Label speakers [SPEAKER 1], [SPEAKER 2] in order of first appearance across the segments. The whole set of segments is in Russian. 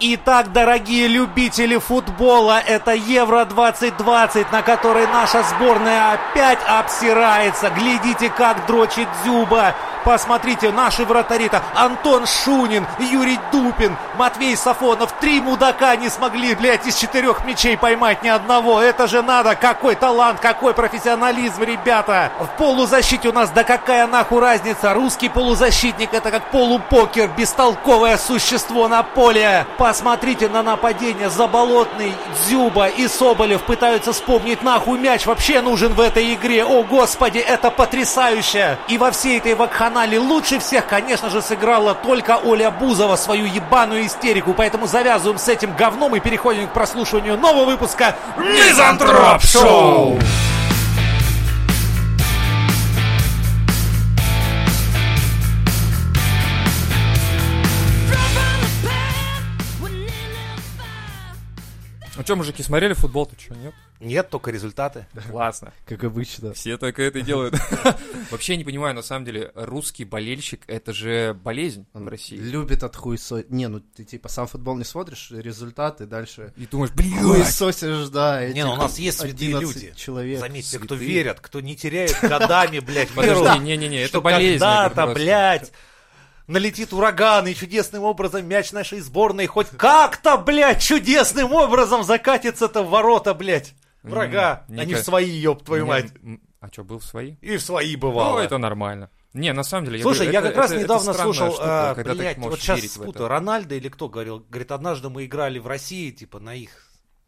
[SPEAKER 1] Итак, дорогие любители футбола, это Евро 2020, на которой наша сборная опять обсирается. Глядите, как дрочит Дзюба. Посмотрите, наши вратари-то Антон Шунин, Юрий Дупин, Матвей Сафонов. Три мудака не смогли, блядь, из четырех мячей поймать ни одного. Это же надо. Какой талант, какой профессионализм, ребята. В полузащите у нас, да какая нахуй разница. Русский полузащитник это как полупокер, бестолковое существо на поле. Посмотрите на нападение. Заболотный, Дзюба и Соболев пытаются вспомнить, нахуй мяч вообще нужен в этой игре. О, господи, это потрясающе. И во всей этой вакханале лучше всех, конечно же, сыграла только Оля Бузова свою ебаную истерику. Поэтому завязываем с этим говном и переходим к прослушиванию нового выпуска
[SPEAKER 2] Мизантроп Шоу!
[SPEAKER 3] Ну что, мужики, смотрели футбол-то, что, нет?
[SPEAKER 1] Нет, только результаты.
[SPEAKER 3] Классно.
[SPEAKER 4] Как обычно.
[SPEAKER 3] Все только это и делают. Вообще не понимаю, на самом деле, русский болельщик — это же болезнь в России.
[SPEAKER 4] Любит отхуесосить. Не, ну ты типа сам футбол не смотришь, результаты дальше
[SPEAKER 3] И думаешь, блин,
[SPEAKER 4] хуесосишь, да.
[SPEAKER 1] Не, ну, у нас есть святые
[SPEAKER 4] 11
[SPEAKER 1] люди.
[SPEAKER 4] человек.
[SPEAKER 1] Заметьте, кто
[SPEAKER 4] святые.
[SPEAKER 1] верят, кто не теряет годами, блядь, веру,
[SPEAKER 3] подожди, не-не-не, это
[SPEAKER 1] что
[SPEAKER 3] болезнь. это
[SPEAKER 1] когда-то,
[SPEAKER 3] просто.
[SPEAKER 1] блядь, налетит ураган, и чудесным образом мяч нашей сборной хоть как-то, блядь, чудесным образом закатится-то в ворота, блядь, врага,
[SPEAKER 3] М,
[SPEAKER 1] а не
[SPEAKER 3] Ника-
[SPEAKER 1] в свои, ёб твою
[SPEAKER 3] Не,
[SPEAKER 1] мать.
[SPEAKER 3] м, А что, был в свои?
[SPEAKER 1] И в свои
[SPEAKER 3] Ну,
[SPEAKER 1] бывало.
[SPEAKER 3] это нормально. Не, на самом деле,
[SPEAKER 1] Слушай,
[SPEAKER 3] говорю,
[SPEAKER 1] я
[SPEAKER 3] это-
[SPEAKER 1] как раз
[SPEAKER 3] это- это
[SPEAKER 1] недавно
[SPEAKER 3] странная
[SPEAKER 1] слушал,
[SPEAKER 3] штука,
[SPEAKER 1] а,
[SPEAKER 3] когда ты
[SPEAKER 1] блядь,
[SPEAKER 3] можешь
[SPEAKER 1] вот сейчас
[SPEAKER 3] верить в это.
[SPEAKER 1] спутаю, Рональдо или кто говорил, говорит, однажды мы играли в России, типа, на их,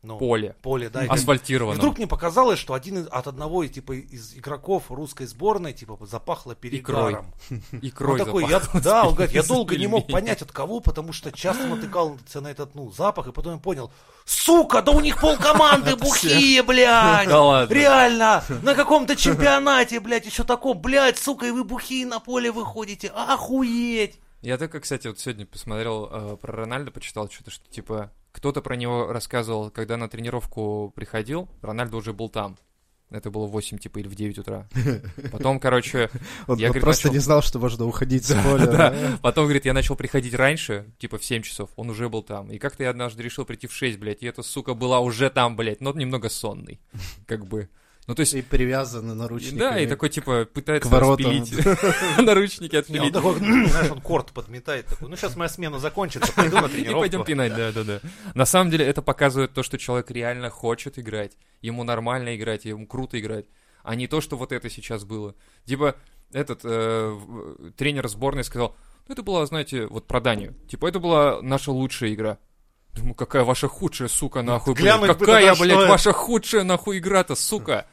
[SPEAKER 1] ну,
[SPEAKER 3] Поле. А
[SPEAKER 1] поле, да, и говорит,
[SPEAKER 3] Асфальтировано.
[SPEAKER 1] Вдруг мне показалось, что один из- от одного из, типа, из игроков русской сборной типа запахло перегаром. Он
[SPEAKER 3] Икрой
[SPEAKER 1] такой, я,
[SPEAKER 3] запахло
[SPEAKER 1] да, он
[SPEAKER 3] с
[SPEAKER 1] говорит, я долго не мог
[SPEAKER 3] пельменей.
[SPEAKER 1] понять от кого, потому что часто натыкался на этот ну запах, и потом я понял, сука, да у них пол команды бухие, блядь,
[SPEAKER 3] Да ладно.
[SPEAKER 1] реально, на каком-то чемпионате, блядь, еще таком, блядь, сука, и вы бухие на поле выходите, охуеть.
[SPEAKER 3] Я так, как, кстати, вот сегодня посмотрел э, про Рональда, почитал что-то, что типа кто-то про него рассказывал, когда на тренировку приходил, Рональдо уже был там. Это было в 8, типа, или в 9 утра. Потом, короче,
[SPEAKER 4] Он
[SPEAKER 3] Я,
[SPEAKER 4] он
[SPEAKER 3] говорит,
[SPEAKER 4] ну, просто
[SPEAKER 3] начал-
[SPEAKER 4] не знал, что можно уходить с поля. да.
[SPEAKER 3] потом, говорит, я начал приходить раньше, типа, в 7 часов, он уже был там. И как-то я однажды решил прийти в 6, блядь, и эта сука была уже там, блядь, но немного сонный, как бы. Ну, то есть,
[SPEAKER 4] И привязаны
[SPEAKER 3] и-
[SPEAKER 4] наручниками.
[SPEAKER 3] да, и такой, типа, пытается
[SPEAKER 4] К воротам.
[SPEAKER 3] распилить наручники
[SPEAKER 1] Не, он
[SPEAKER 3] отпилить.
[SPEAKER 1] такой, знаешь, он корт подметает такой, ну сейчас моя смена закончится, пойду на
[SPEAKER 3] И
[SPEAKER 1] тренировку.
[SPEAKER 3] пойдем пинать, да, да, да. На самом деле это показывает то, что человек реально хочет играть. Ему нормально играть, ему круто играть. А не то, что вот это сейчас было. Типа этот э, в- тренер сборной сказал, ну это была, знаете, вот про Данию. Типа это была наша лучшая игра. Думаю, какая ваша худшая, сука, нахуй, блядь.
[SPEAKER 1] глянуть бы
[SPEAKER 3] Какая,
[SPEAKER 1] тогда, что
[SPEAKER 3] блядь,
[SPEAKER 1] это.
[SPEAKER 3] ваша худшая, нахуй, игра-то, сука.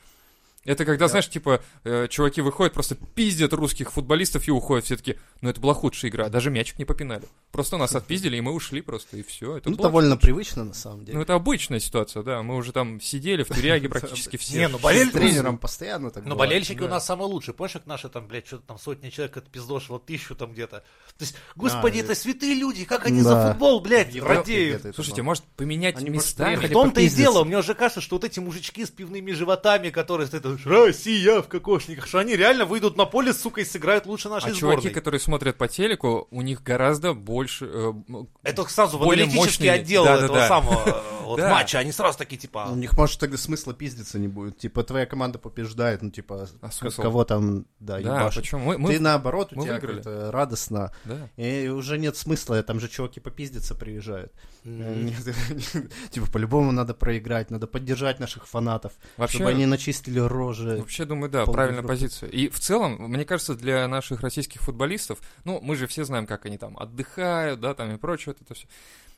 [SPEAKER 3] Это когда, знаешь, типа, э, чуваки выходят, просто пиздят русских футболистов и уходят. Все таки ну это была худшая игра, даже мячик не попинали. Просто нас отпиздили, и мы ушли просто, и все. Это
[SPEAKER 4] Ну,
[SPEAKER 3] было-
[SPEAKER 4] довольно привычно, на самом
[SPEAKER 3] Ну,
[SPEAKER 4] деле.
[SPEAKER 3] это обычная ситуация, да. Мы уже там сидели в тюряге практически все.
[SPEAKER 1] Не, ну
[SPEAKER 4] С
[SPEAKER 1] болель...
[SPEAKER 4] тренером постоянно так
[SPEAKER 1] Но
[SPEAKER 4] бывает.
[SPEAKER 1] болельщики Ну, у
[SPEAKER 3] да.
[SPEAKER 1] нас самые лучшие. Помнишь, как наши там, блядь, что-то там сотни человек отпиздошило тысячу там где-то? То есть, господи,
[SPEAKER 4] Да,
[SPEAKER 1] это святые люди, как они за
[SPEAKER 4] Да.
[SPEAKER 1] футбол, блядь,
[SPEAKER 4] Европе
[SPEAKER 1] радеют.
[SPEAKER 4] где-то это
[SPEAKER 3] Слушайте, может, поменять
[SPEAKER 4] Они, может,
[SPEAKER 3] местами?
[SPEAKER 1] В
[SPEAKER 3] или
[SPEAKER 1] том-то и
[SPEAKER 4] попиздиться.
[SPEAKER 1] дело, мне уже кажется, что вот эти мужички с пивными животами, которые стоят, Россия в кокошниках, что они реально выйдут на поле, сука, и сыграют лучше нашей
[SPEAKER 3] А
[SPEAKER 1] сборной.
[SPEAKER 3] чуваки, которые смотрят по телеку, у них гораздо больше... э, м-
[SPEAKER 1] Это сразу в
[SPEAKER 3] более
[SPEAKER 1] аналитический
[SPEAKER 3] мощные-
[SPEAKER 1] отдел
[SPEAKER 3] Да-да-да.
[SPEAKER 1] этого самого э, вот
[SPEAKER 3] Да.
[SPEAKER 1] матча, они сразу такие,
[SPEAKER 4] Ну, У
[SPEAKER 1] типа,
[SPEAKER 4] них, может, тогда смысла пиздиться не будет. Типа, твоя команда побеждает, ну, типа,
[SPEAKER 3] А
[SPEAKER 4] к-
[SPEAKER 3] смысл?
[SPEAKER 4] кого там,
[SPEAKER 3] Да,
[SPEAKER 4] да, ебашит.
[SPEAKER 3] почему? Мы-
[SPEAKER 4] Ты
[SPEAKER 3] мы-
[SPEAKER 4] наоборот, у
[SPEAKER 3] мы
[SPEAKER 4] тебя
[SPEAKER 3] выиграли.
[SPEAKER 4] как-то радостно.
[SPEAKER 3] Да.
[SPEAKER 4] И уже нет смысла, там же чуваки попиздиться приезжают.
[SPEAKER 1] м,
[SPEAKER 4] Типа, по-любому надо проиграть, надо поддержать наших фанатов,
[SPEAKER 3] Вообще- ну,
[SPEAKER 4] чтобы они начистили рожи.
[SPEAKER 3] Вообще, думаю, да,
[SPEAKER 4] Пол
[SPEAKER 3] правильная
[SPEAKER 4] Европы.
[SPEAKER 3] позиция. И в целом, мне кажется, для наших российских футболистов, ну, мы же все знаем, как они там отдыхают, да, там и прочее, вот это все.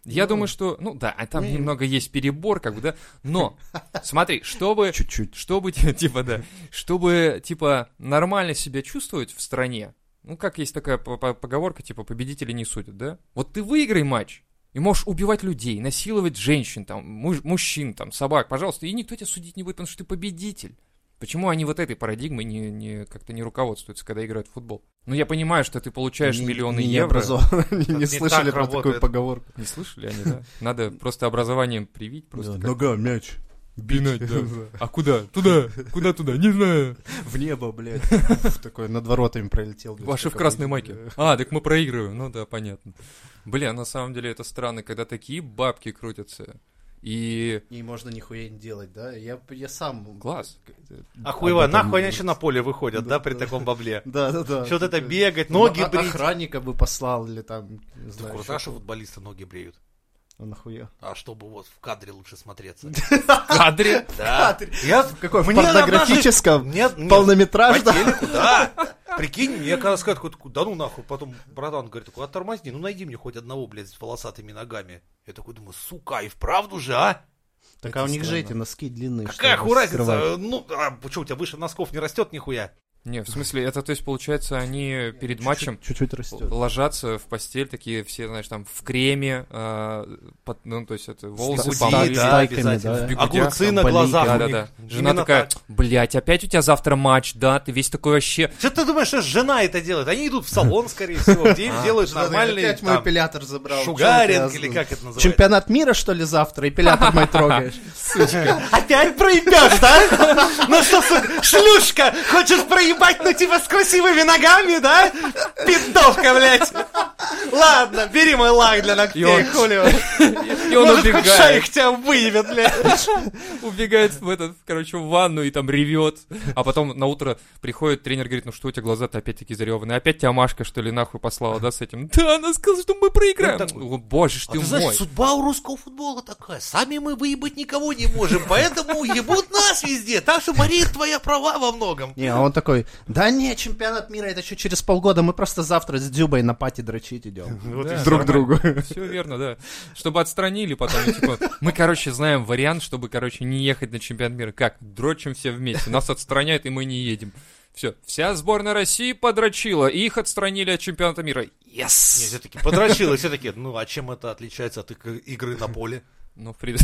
[SPEAKER 3] Я думаю, что, ну да, а там
[SPEAKER 4] ну,
[SPEAKER 3] немного есть перебор, как бы, да, но смотри, чтобы,
[SPEAKER 4] Чуть-чуть.
[SPEAKER 3] чтобы, типа, да, чтобы, типа, нормально себя чувствовать в стране, ну, как есть такая по- по- поговорка, типа, победители не судят, да? Вот ты выиграй матч, и можешь убивать людей, насиловать женщин, там, муж- мужчин, там, собак, пожалуйста, и никто тебя судить не будет, потому что ты победитель. Почему они вот этой парадигмой не, не- как-то не руководствуются, когда играют в футбол? Ну, я понимаю, что ты получаешь
[SPEAKER 4] Не-
[SPEAKER 3] миллионы
[SPEAKER 4] не
[SPEAKER 3] евро.
[SPEAKER 4] образован- Не
[SPEAKER 1] не
[SPEAKER 4] не слышали
[SPEAKER 1] так
[SPEAKER 4] про такую
[SPEAKER 1] работает.
[SPEAKER 4] поговорку.
[SPEAKER 3] Не слышали они, да? Надо просто образованием привить. Просто
[SPEAKER 4] Да,
[SPEAKER 3] как-
[SPEAKER 4] Нога, мяч.
[SPEAKER 3] Пинать, да. А куда? Туда. Куда туда? Не знаю.
[SPEAKER 4] В небо, блядь. Уф, Такой над воротами пролетел. блядь,
[SPEAKER 3] Ваши в
[SPEAKER 4] как
[SPEAKER 3] красной
[SPEAKER 4] обычно.
[SPEAKER 3] майке. А, так мы проигрываем. Ну да, понятно. Бля, на самом деле это странно, когда такие бабки крутятся. И
[SPEAKER 4] И можно нихуя не делать, да? Я, я сам...
[SPEAKER 3] класс.
[SPEAKER 5] Охуево,
[SPEAKER 4] Об этом
[SPEAKER 5] нахуй они
[SPEAKER 4] есть.
[SPEAKER 5] еще на поле выходят, да,
[SPEAKER 4] Да,
[SPEAKER 5] при
[SPEAKER 4] да.
[SPEAKER 5] таком бабле?
[SPEAKER 4] Да-да-да.
[SPEAKER 5] Что-то это
[SPEAKER 4] Такой,
[SPEAKER 5] бегать,
[SPEAKER 4] ну,
[SPEAKER 5] ноги
[SPEAKER 4] а-
[SPEAKER 5] брить.
[SPEAKER 4] Охранника бы послал или там, не
[SPEAKER 1] Да
[SPEAKER 4] знаю.
[SPEAKER 1] круто, а что футболисты ноги бреют.
[SPEAKER 4] что- Нахуя?
[SPEAKER 1] А чтобы вот в кадре лучше смотреться.
[SPEAKER 3] В кадре.
[SPEAKER 4] А,
[SPEAKER 1] Да.
[SPEAKER 5] Я
[SPEAKER 4] Какой, в
[SPEAKER 5] Мне однажды-
[SPEAKER 4] порнографическом?
[SPEAKER 5] Нет, нет.
[SPEAKER 4] Полнометражном?
[SPEAKER 1] По телеку, да. Прикинь, мне когда сказать, да ну нахуй, потом братан говорит, такой, оттормозни, ну найди мне хоть одного, блядь, с волосатыми ногами. Я такой думаю, сука, и вправду же, а?
[SPEAKER 4] Так а у
[SPEAKER 3] Это
[SPEAKER 4] них же
[SPEAKER 3] странно.
[SPEAKER 4] эти носки длинные.
[SPEAKER 1] Какая
[SPEAKER 4] чтобы
[SPEAKER 1] хуй
[SPEAKER 4] скрывать.
[SPEAKER 1] разница? Ну, а почему у тебя выше носков не растет нихуя?
[SPEAKER 3] Не, в смысле, это, то есть, получается, они перед матчем
[SPEAKER 4] Чуть-чуть растет.
[SPEAKER 3] ложатся в постель, такие все, знаешь, там, в креме, э, под- ну, то есть, это волосы
[SPEAKER 1] Худи,
[SPEAKER 3] помыли,
[SPEAKER 4] да, обязательно.
[SPEAKER 3] в бегудях,
[SPEAKER 1] Огурцы
[SPEAKER 3] там,
[SPEAKER 1] на
[SPEAKER 3] блин,
[SPEAKER 1] глазах у них.
[SPEAKER 3] Да-да-да. Жена
[SPEAKER 1] Именно
[SPEAKER 3] такая,
[SPEAKER 1] так.
[SPEAKER 3] блядь, опять у тебя завтра матч, да? Ты весь такой вообще...
[SPEAKER 1] Что ты думаешь, что жена это делает? Они идут в салон, скорее всего, где им делают нормальный
[SPEAKER 4] Опять мой
[SPEAKER 1] там,
[SPEAKER 4] эпилятор забрал.
[SPEAKER 1] шугаринг или как это называется.
[SPEAKER 4] Чемпионат мира, что ли, завтра? Эпилятор мой трогаешь.
[SPEAKER 5] Опять проебешь, да? Ну что, сука, шлюшка, хочешь проебать, но типа с красивыми ногами, да? Пиздовка, блядь. Ладно, бери мой лак для
[SPEAKER 3] И
[SPEAKER 5] ногтей,
[SPEAKER 3] он-
[SPEAKER 5] хули. его.
[SPEAKER 3] И он
[SPEAKER 5] Может, хоть
[SPEAKER 3] убегает,
[SPEAKER 5] шайх тебя выебет, блядь.
[SPEAKER 3] убегает в этот, короче, в ванну и там ревет. А потом на утро приходит тренер, говорит, ну что у тебя глаза-то опять такие зареванные? Опять тебя Машка, что ли, нахуй послала, да, с этим? Да, она сказала, что мы проиграем.
[SPEAKER 5] Ну,
[SPEAKER 1] Он такой,
[SPEAKER 3] О, боже ж
[SPEAKER 1] А
[SPEAKER 3] ты
[SPEAKER 1] ты знаешь,
[SPEAKER 3] мой.
[SPEAKER 1] судьба у русского футбола такая. Сами мы выебать никого не можем, поэтому ебут нас везде. Так что, Мария, твоя права во многом.
[SPEAKER 4] Не, а он такой, да не, чемпионат мира, это что, через полгода, мы просто завтра с Дюбой на пати дрочить идем.
[SPEAKER 3] друг другу. Все верно, да. Чтобы отстранили потом. и типа, мы, короче, знаем вариант, чтобы, короче, не ехать на чемпионат мира. Как? Дрочим все вместе. Нас отстраняют, и мы не едем. Все. Вся сборная России подрочила. и Их отстранили от чемпионата мира.
[SPEAKER 1] Не, все-таки подрочил, и все-таки, ну а чем это отличается от иг- игры на поле?
[SPEAKER 3] Ну, в при-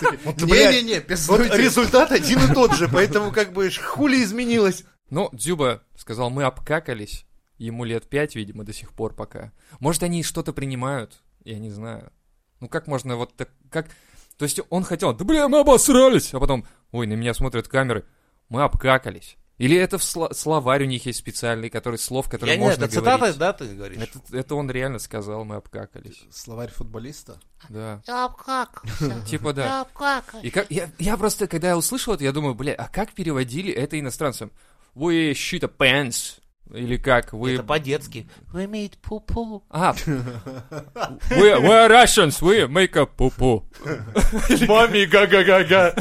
[SPEAKER 1] блядь,
[SPEAKER 4] Не-не-не,
[SPEAKER 1] Вот
[SPEAKER 4] пиздуйте.
[SPEAKER 1] результат один и тот же, поэтому как бы ж хули изменилось.
[SPEAKER 3] Ну, Дзюба сказал, мы обкакались. Ему лет пять, видимо, до сих пор пока. Может, они что-то принимают? Я не знаю. Ну, как можно вот так... Как... То есть он хотел, да бля, мы обосрались! А потом, ой, на меня смотрят камеры. Мы обкакались. Или это в сла- словарь у них есть специальный, который слов, который
[SPEAKER 1] Я не знаю,
[SPEAKER 3] можно
[SPEAKER 1] это цитата,
[SPEAKER 3] говорить.
[SPEAKER 1] да, ты говоришь?
[SPEAKER 3] Это, это он реально сказал, мы обкакались.
[SPEAKER 4] Словарь футболиста?
[SPEAKER 3] Да.
[SPEAKER 6] Я обкакался.
[SPEAKER 3] Типа да.
[SPEAKER 6] Я обкакался.
[SPEAKER 3] И как, я, я просто, когда я услышал это, я думаю, бля, а как переводили это иностранцам? Вы щита пенс. Или как? Вы
[SPEAKER 1] Это по-детски.
[SPEAKER 6] Вы имеете пупу.
[SPEAKER 3] А, we, we are Russians, we make a пупу. Мами, га-га-га-га.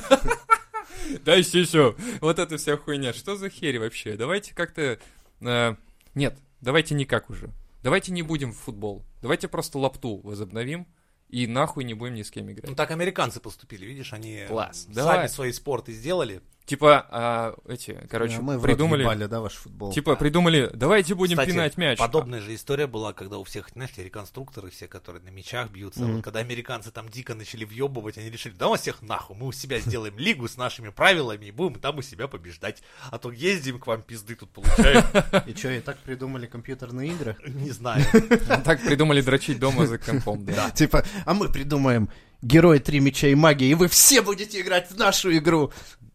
[SPEAKER 3] Дай сисю. Вот эта вся хуйня. Что за херь вообще? Давайте как-то... э, нет, давайте никак уже. Давайте не будем в футбол. Давайте просто лапту возобновим и нахуй не будем ни с кем
[SPEAKER 1] Ну
[SPEAKER 3] играть.
[SPEAKER 1] так американцы поступили, видишь, они
[SPEAKER 3] Класс.
[SPEAKER 1] сами
[SPEAKER 3] Давай.
[SPEAKER 1] свои спорты сделали.
[SPEAKER 3] Типа, а, эти, короче,
[SPEAKER 4] Мы в рот
[SPEAKER 3] придумали...
[SPEAKER 4] ебали, да, ваш футбол?
[SPEAKER 3] Типа, придумали, давайте будем
[SPEAKER 1] Кстати,
[SPEAKER 3] пинать мяч.
[SPEAKER 1] Подобная же история была, когда у всех, знаешь, те реконструкторы, все, которые на мячах бьются. Вот когда американцы там дико начали въебывать, они решили, да у всех нахуй, мы у себя сделаем лигу с нашими правилами и будем там у себя побеждать. А то ездим к вам пизды тут получаем.
[SPEAKER 4] И что, и так придумали компьютерные игры?
[SPEAKER 1] Не знаю.
[SPEAKER 3] Так придумали дрочить дома за компом, да.
[SPEAKER 4] Типа, а мы придумаем герой три меча и магии, и вы все будете играть в нашу игру.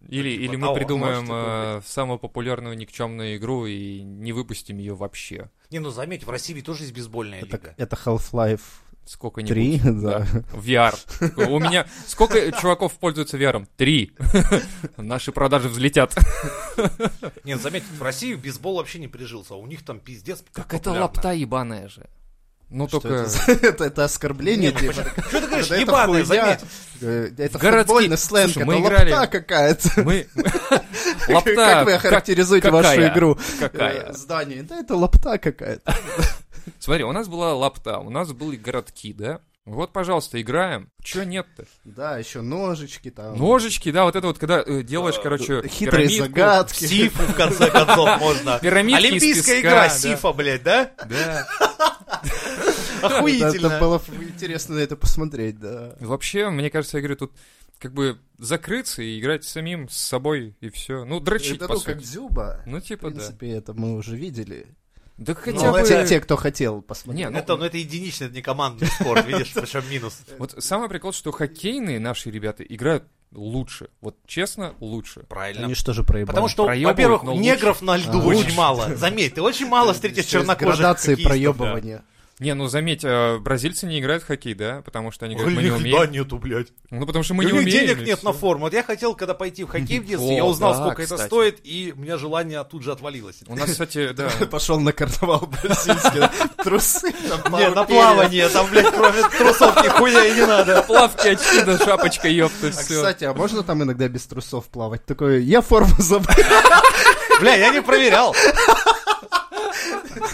[SPEAKER 3] Или,
[SPEAKER 1] типа
[SPEAKER 3] или
[SPEAKER 1] того,
[SPEAKER 3] мы придумаем
[SPEAKER 1] можете выбрать.
[SPEAKER 3] э, самую популярную никчемную игру и не выпустим ее вообще.
[SPEAKER 1] Не, ну заметь, в России ведь тоже есть бейсбольная
[SPEAKER 4] Это,
[SPEAKER 1] лига.
[SPEAKER 4] это Half-Life
[SPEAKER 3] Сколько-нибудь.
[SPEAKER 4] 3, да.
[SPEAKER 3] Ну, VR. У меня... Сколько чуваков пользуются VR? -ом? Три. Наши продажи взлетят.
[SPEAKER 1] Не, ну заметь, в России бейсбол вообще не прижился, а у них там пиздец.
[SPEAKER 3] Как это
[SPEAKER 1] популярно.
[SPEAKER 3] лапта ебаная же. Ну,
[SPEAKER 4] Что
[SPEAKER 3] только...
[SPEAKER 4] это за- Это, это оскорбление, типа.
[SPEAKER 1] ну, Что ты говоришь,
[SPEAKER 4] Да это
[SPEAKER 1] ебаный,
[SPEAKER 4] хуйня.
[SPEAKER 1] заметь.
[SPEAKER 4] Э, Это
[SPEAKER 3] Городские-
[SPEAKER 4] футбольный сленг,
[SPEAKER 3] Слушай,
[SPEAKER 4] это
[SPEAKER 3] мы
[SPEAKER 4] лапта
[SPEAKER 3] играли-
[SPEAKER 4] какая-то.
[SPEAKER 3] Мы... Лапта...
[SPEAKER 4] Как вы
[SPEAKER 3] как-
[SPEAKER 4] охарактеризуете вашу
[SPEAKER 3] какая?
[SPEAKER 4] игру?
[SPEAKER 3] Какая?
[SPEAKER 4] Э, Здание. Да это лапта какая-то.
[SPEAKER 3] Смотри, у нас была лапта, у нас были городки, да? Вот, пожалуйста, играем. Че нет-то?
[SPEAKER 4] Да, еще ножички там.
[SPEAKER 3] Ножички, да, вот это вот, когда э,
[SPEAKER 4] А,
[SPEAKER 3] делаешь, короче,
[SPEAKER 4] Хитрые
[SPEAKER 3] пирамидку.
[SPEAKER 4] загадки.
[SPEAKER 1] Сифу, в конце концов, можно.
[SPEAKER 3] Пирамидки из
[SPEAKER 1] Олимпийская
[SPEAKER 3] песка,
[SPEAKER 1] игра
[SPEAKER 3] да.
[SPEAKER 1] Сифа, блядь, да?
[SPEAKER 3] Да.
[SPEAKER 4] Да,
[SPEAKER 1] Охуительно.
[SPEAKER 4] Это было бы интересно на это посмотреть, да.
[SPEAKER 3] Вообще, мне кажется, я говорю, тут как бы закрыться и играть самим с собой и все. Ну, дрочить,
[SPEAKER 4] Это
[SPEAKER 3] по
[SPEAKER 4] ну
[SPEAKER 3] сути.
[SPEAKER 4] как Дзюба.
[SPEAKER 3] Ну,
[SPEAKER 4] В
[SPEAKER 3] типа, да.
[SPEAKER 4] принципе, это мы уже видели.
[SPEAKER 3] Да хотя
[SPEAKER 4] Ну,
[SPEAKER 3] бы...
[SPEAKER 4] те, те, кто хотел посмотреть.
[SPEAKER 3] Не, ну,
[SPEAKER 1] Это, ну, это единичный, это не командный спорт, видишь, причем минус.
[SPEAKER 3] Вот самый прикол, что хоккейные наши ребята играют лучше. Вот честно, лучше.
[SPEAKER 1] Правильно.
[SPEAKER 4] Они что же проебали?
[SPEAKER 1] Потому что,
[SPEAKER 3] проебывают,
[SPEAKER 1] во-первых,
[SPEAKER 3] но
[SPEAKER 1] негров на льду
[SPEAKER 4] А,
[SPEAKER 1] очень
[SPEAKER 4] лучше.
[SPEAKER 1] мало. Заметь, ты очень мало встретишь чернокожих
[SPEAKER 4] Градации
[SPEAKER 1] хоккеистов, да.
[SPEAKER 4] проебывания.
[SPEAKER 3] Не, ну заметь, э, бразильцы не играют в хоккей, да? Потому что они
[SPEAKER 1] Да
[SPEAKER 3] говорят, мы не умеем.
[SPEAKER 1] нету, блядь.
[SPEAKER 3] Ну, потому что
[SPEAKER 1] У
[SPEAKER 3] мы не
[SPEAKER 1] них
[SPEAKER 3] умеем.
[SPEAKER 1] денег
[SPEAKER 3] и
[SPEAKER 1] нет на
[SPEAKER 3] всё.
[SPEAKER 1] форму. Вот я хотел, когда пойти в хоккей в детстве,
[SPEAKER 3] О,
[SPEAKER 1] я узнал,
[SPEAKER 3] да,
[SPEAKER 1] сколько это
[SPEAKER 3] кстати.
[SPEAKER 1] стоит, и у меня желание тут же отвалилось.
[SPEAKER 3] У нас, кстати, да.
[SPEAKER 4] Пошел на карнавал бразильский. да, Трусы там,
[SPEAKER 1] Не, на
[SPEAKER 4] пару
[SPEAKER 1] плавание, там, блядь, кроме трусов нихуя и не надо.
[SPEAKER 3] Плавки, очки, да шапочка, ёпта,
[SPEAKER 4] перьев. А,
[SPEAKER 3] все.
[SPEAKER 4] кстати, а можно там иногда без трусов плавать? Такое, я форму забыл,
[SPEAKER 1] Бля, я не проверял.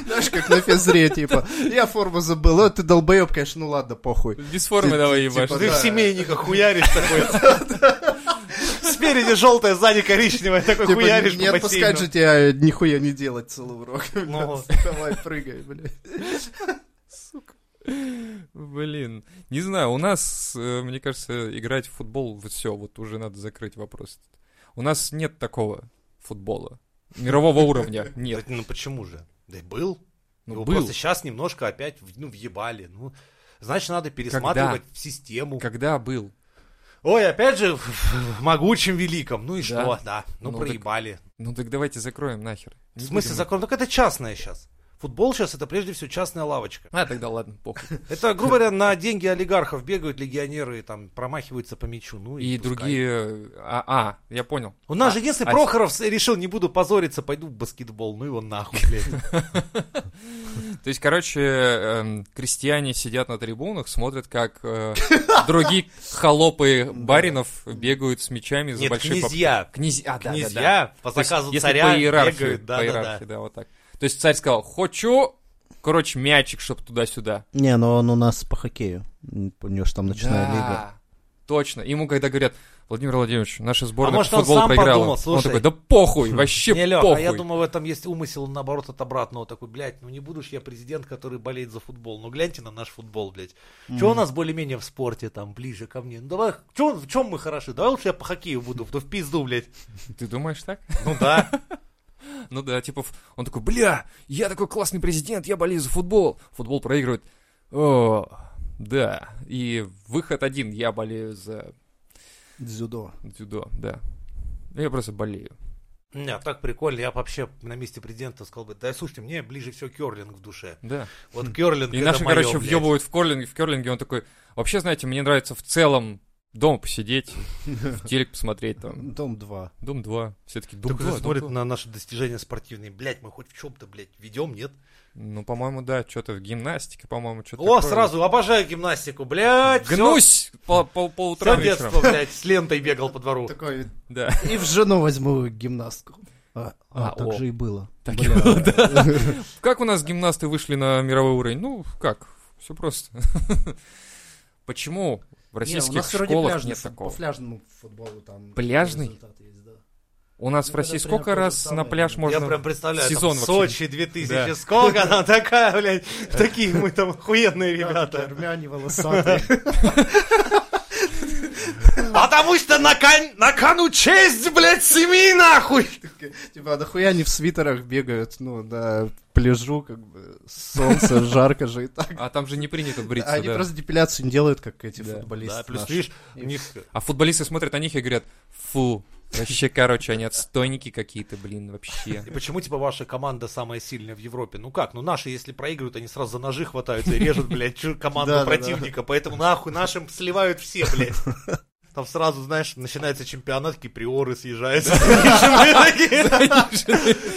[SPEAKER 4] знаешь, как на физре, типа. Я форму забыл, О, ты долбоеб, конечно, ну ладно, похуй.
[SPEAKER 3] Без формы давай ебашь.
[SPEAKER 4] типа,
[SPEAKER 1] Ты в семейниках хуяришь такой. Спереди желтое, сзади коричневое, такой
[SPEAKER 4] Типа,
[SPEAKER 1] хуяришь
[SPEAKER 4] не
[SPEAKER 1] по
[SPEAKER 4] отпускать
[SPEAKER 1] бассейну.
[SPEAKER 4] же тебя э, нихуя не делать целый урок.
[SPEAKER 1] Ну.
[SPEAKER 4] Давай, прыгай, блядь.
[SPEAKER 3] Блин, не знаю, у нас, э, мне кажется, играть в футбол, все, вот уже надо закрыть вопрос. У нас нет такого футбола. Мирового уровня нет.
[SPEAKER 1] Кстати, Ну почему же? Да и был.
[SPEAKER 3] Ну,
[SPEAKER 1] Его
[SPEAKER 3] был.
[SPEAKER 1] просто сейчас немножко опять в- ну, въебали. Ну, значит, надо пересматривать систему.
[SPEAKER 3] Когда был?
[SPEAKER 1] Ой, опять же, в- в могучем великом. Ну и
[SPEAKER 3] Да.
[SPEAKER 1] что, да. Ну,
[SPEAKER 3] Ну, так
[SPEAKER 1] проебали.
[SPEAKER 3] Ну так давайте закроем нахер.
[SPEAKER 1] В
[SPEAKER 3] Не
[SPEAKER 1] смысле
[SPEAKER 3] будем-
[SPEAKER 1] закон? Так это частное сейчас. Футбол сейчас это прежде всего частная лавочка.
[SPEAKER 3] А, тогда ладно, похуй.
[SPEAKER 1] Это, грубо говоря, на деньги олигархов бегают легионеры и там промахиваются по мячу. Ну и,
[SPEAKER 3] И
[SPEAKER 1] пускай.
[SPEAKER 3] другие... А, а, я понял.
[SPEAKER 1] У нас же, если
[SPEAKER 3] а-
[SPEAKER 1] Прохоров с- решил, не буду позориться, пойду в баскетбол, ну его нахуй, блядь.
[SPEAKER 3] То есть, короче, эм, крестьяне сидят на трибунах, смотрят, как э, другие холопы баринов бегают с мечами за
[SPEAKER 1] Нет,
[SPEAKER 3] большие поп-
[SPEAKER 1] князья.
[SPEAKER 3] Князь- а, да, да, да.
[SPEAKER 1] Князья по
[SPEAKER 3] То есть,
[SPEAKER 1] заказу
[SPEAKER 3] если
[SPEAKER 1] царя
[SPEAKER 3] по иерархии,
[SPEAKER 1] бегают, да,
[SPEAKER 3] по
[SPEAKER 1] да,
[SPEAKER 3] иерархии, да, вот так. То есть царь сказал, хочу, короче, мячик, чтоб туда-сюда.
[SPEAKER 4] Не, ну он у нас по хоккею. У него же там
[SPEAKER 3] Да, Точно. Ему когда говорят, Владимир Владимирович, наша сборная
[SPEAKER 1] А может,
[SPEAKER 3] по
[SPEAKER 1] он
[SPEAKER 3] футболу
[SPEAKER 1] сам
[SPEAKER 3] проиграла.
[SPEAKER 1] подумал,
[SPEAKER 3] он
[SPEAKER 1] слушай.
[SPEAKER 3] такой, да похуй, вообще
[SPEAKER 1] Не, Лёх,
[SPEAKER 3] похуй.
[SPEAKER 1] а я думаю, в этом есть умысел, наоборот, от обратного. Такой, блядь, ну не буду ж я президент, который болеет за футбол. Ну гляньте на наш футбол, блядь. Че у нас более-менее в спорте там, ближе ко мне? Ну давай, чё- в чем мы хороши? Давай лучше я по хоккею буду, то в пизду, блядь.
[SPEAKER 3] Ты думаешь так?
[SPEAKER 1] Ну да.
[SPEAKER 3] Ну да, типа, ф- он такой, бля, я такой классный президент, я болею за футбол. Футбол проигрывает. О, да. И выход один, я болею за
[SPEAKER 4] Дзюдо.
[SPEAKER 3] дзюдо, да. Я просто болею.
[SPEAKER 1] Не, так прикольно. Я вообще на месте президента сказал бы, да слушайте, мне ближе всего керлинг в душе.
[SPEAKER 3] Да.
[SPEAKER 1] Вот керлинг
[SPEAKER 3] Хм. И
[SPEAKER 1] это
[SPEAKER 3] наши,
[SPEAKER 1] моё,
[SPEAKER 3] короче,
[SPEAKER 1] блядь.
[SPEAKER 3] въебывают в керлинге, в керлинге, он такой, вообще, знаете, мне нравится в целом дом посидеть, в телек посмотреть там.
[SPEAKER 4] Дом 2.
[SPEAKER 3] Дом 2. Все таки
[SPEAKER 1] Так
[SPEAKER 3] Дом
[SPEAKER 1] уже
[SPEAKER 3] 2,
[SPEAKER 1] смотрит на наши достижения спортивные. Блядь, мы хоть в чем-то, блядь, ведем, нет?
[SPEAKER 3] Ну, по-моему, да, что-то в гимнастике, по-моему, что-то
[SPEAKER 1] О, сразу обожаю гимнастику, блядь. всё.
[SPEAKER 3] Гнусь по, по, по
[SPEAKER 1] Все
[SPEAKER 3] утрам вечером.
[SPEAKER 1] детство, блядь, с лентой бегал по двору.
[SPEAKER 4] Такой,
[SPEAKER 3] Да.
[SPEAKER 4] и в жену возьму гимнастку. А,
[SPEAKER 3] а,
[SPEAKER 4] так
[SPEAKER 3] о.
[SPEAKER 4] же и было.
[SPEAKER 3] Так
[SPEAKER 4] Бля.
[SPEAKER 3] Как у нас гимнасты вышли на мировой уровень? Ну, как? Все просто. Почему в
[SPEAKER 4] Не, у
[SPEAKER 3] российских
[SPEAKER 4] нас вроде
[SPEAKER 3] школах
[SPEAKER 4] пляжный
[SPEAKER 3] нет
[SPEAKER 4] фут-
[SPEAKER 3] такого?
[SPEAKER 4] По пляжному футболу там.
[SPEAKER 3] Пляжный?
[SPEAKER 4] результат есть, да.
[SPEAKER 3] У нас в
[SPEAKER 4] Ну,
[SPEAKER 3] России
[SPEAKER 4] это прям
[SPEAKER 3] сколько
[SPEAKER 4] то же
[SPEAKER 3] раз на
[SPEAKER 4] самое.
[SPEAKER 3] пляж
[SPEAKER 1] Я
[SPEAKER 3] можно...
[SPEAKER 1] прям представляю,
[SPEAKER 3] сезон
[SPEAKER 1] там,
[SPEAKER 3] вообще.
[SPEAKER 1] Сочи 2000,
[SPEAKER 3] Да.
[SPEAKER 1] сколько она такая, блядь, такие мы там охуенные
[SPEAKER 4] Да,
[SPEAKER 1] ребята.
[SPEAKER 4] Армяне волосатые.
[SPEAKER 1] Потому что на, кон- на кону честь, блядь, семьи, нахуй!
[SPEAKER 4] Типа, а нахуя они в свитерах бегают, ну, на пляжу, как бы, солнце, жарко же и так.
[SPEAKER 3] А там же не принято бриться,
[SPEAKER 4] Они
[SPEAKER 3] да.
[SPEAKER 4] просто депиляцию не делают, как эти
[SPEAKER 3] Да.
[SPEAKER 4] футболисты
[SPEAKER 1] Да, плюс,
[SPEAKER 4] наши.
[SPEAKER 1] видишь, у них...
[SPEAKER 3] А футболисты смотрят на них и говорят, фу, вообще, короче, они отстойники какие-то, блин, вообще.
[SPEAKER 1] И почему, типа, ваша команда самая сильная в Европе? Ну как? Ну наши, если проигрывают, они сразу за ножи хватаются и режут, блядь, чу- команду
[SPEAKER 4] Да-да-да.
[SPEAKER 1] противника. Поэтому нахуй нашим сливают все, блядь. Там сразу, знаешь, начинается чемпионат, киприоры съезжаются.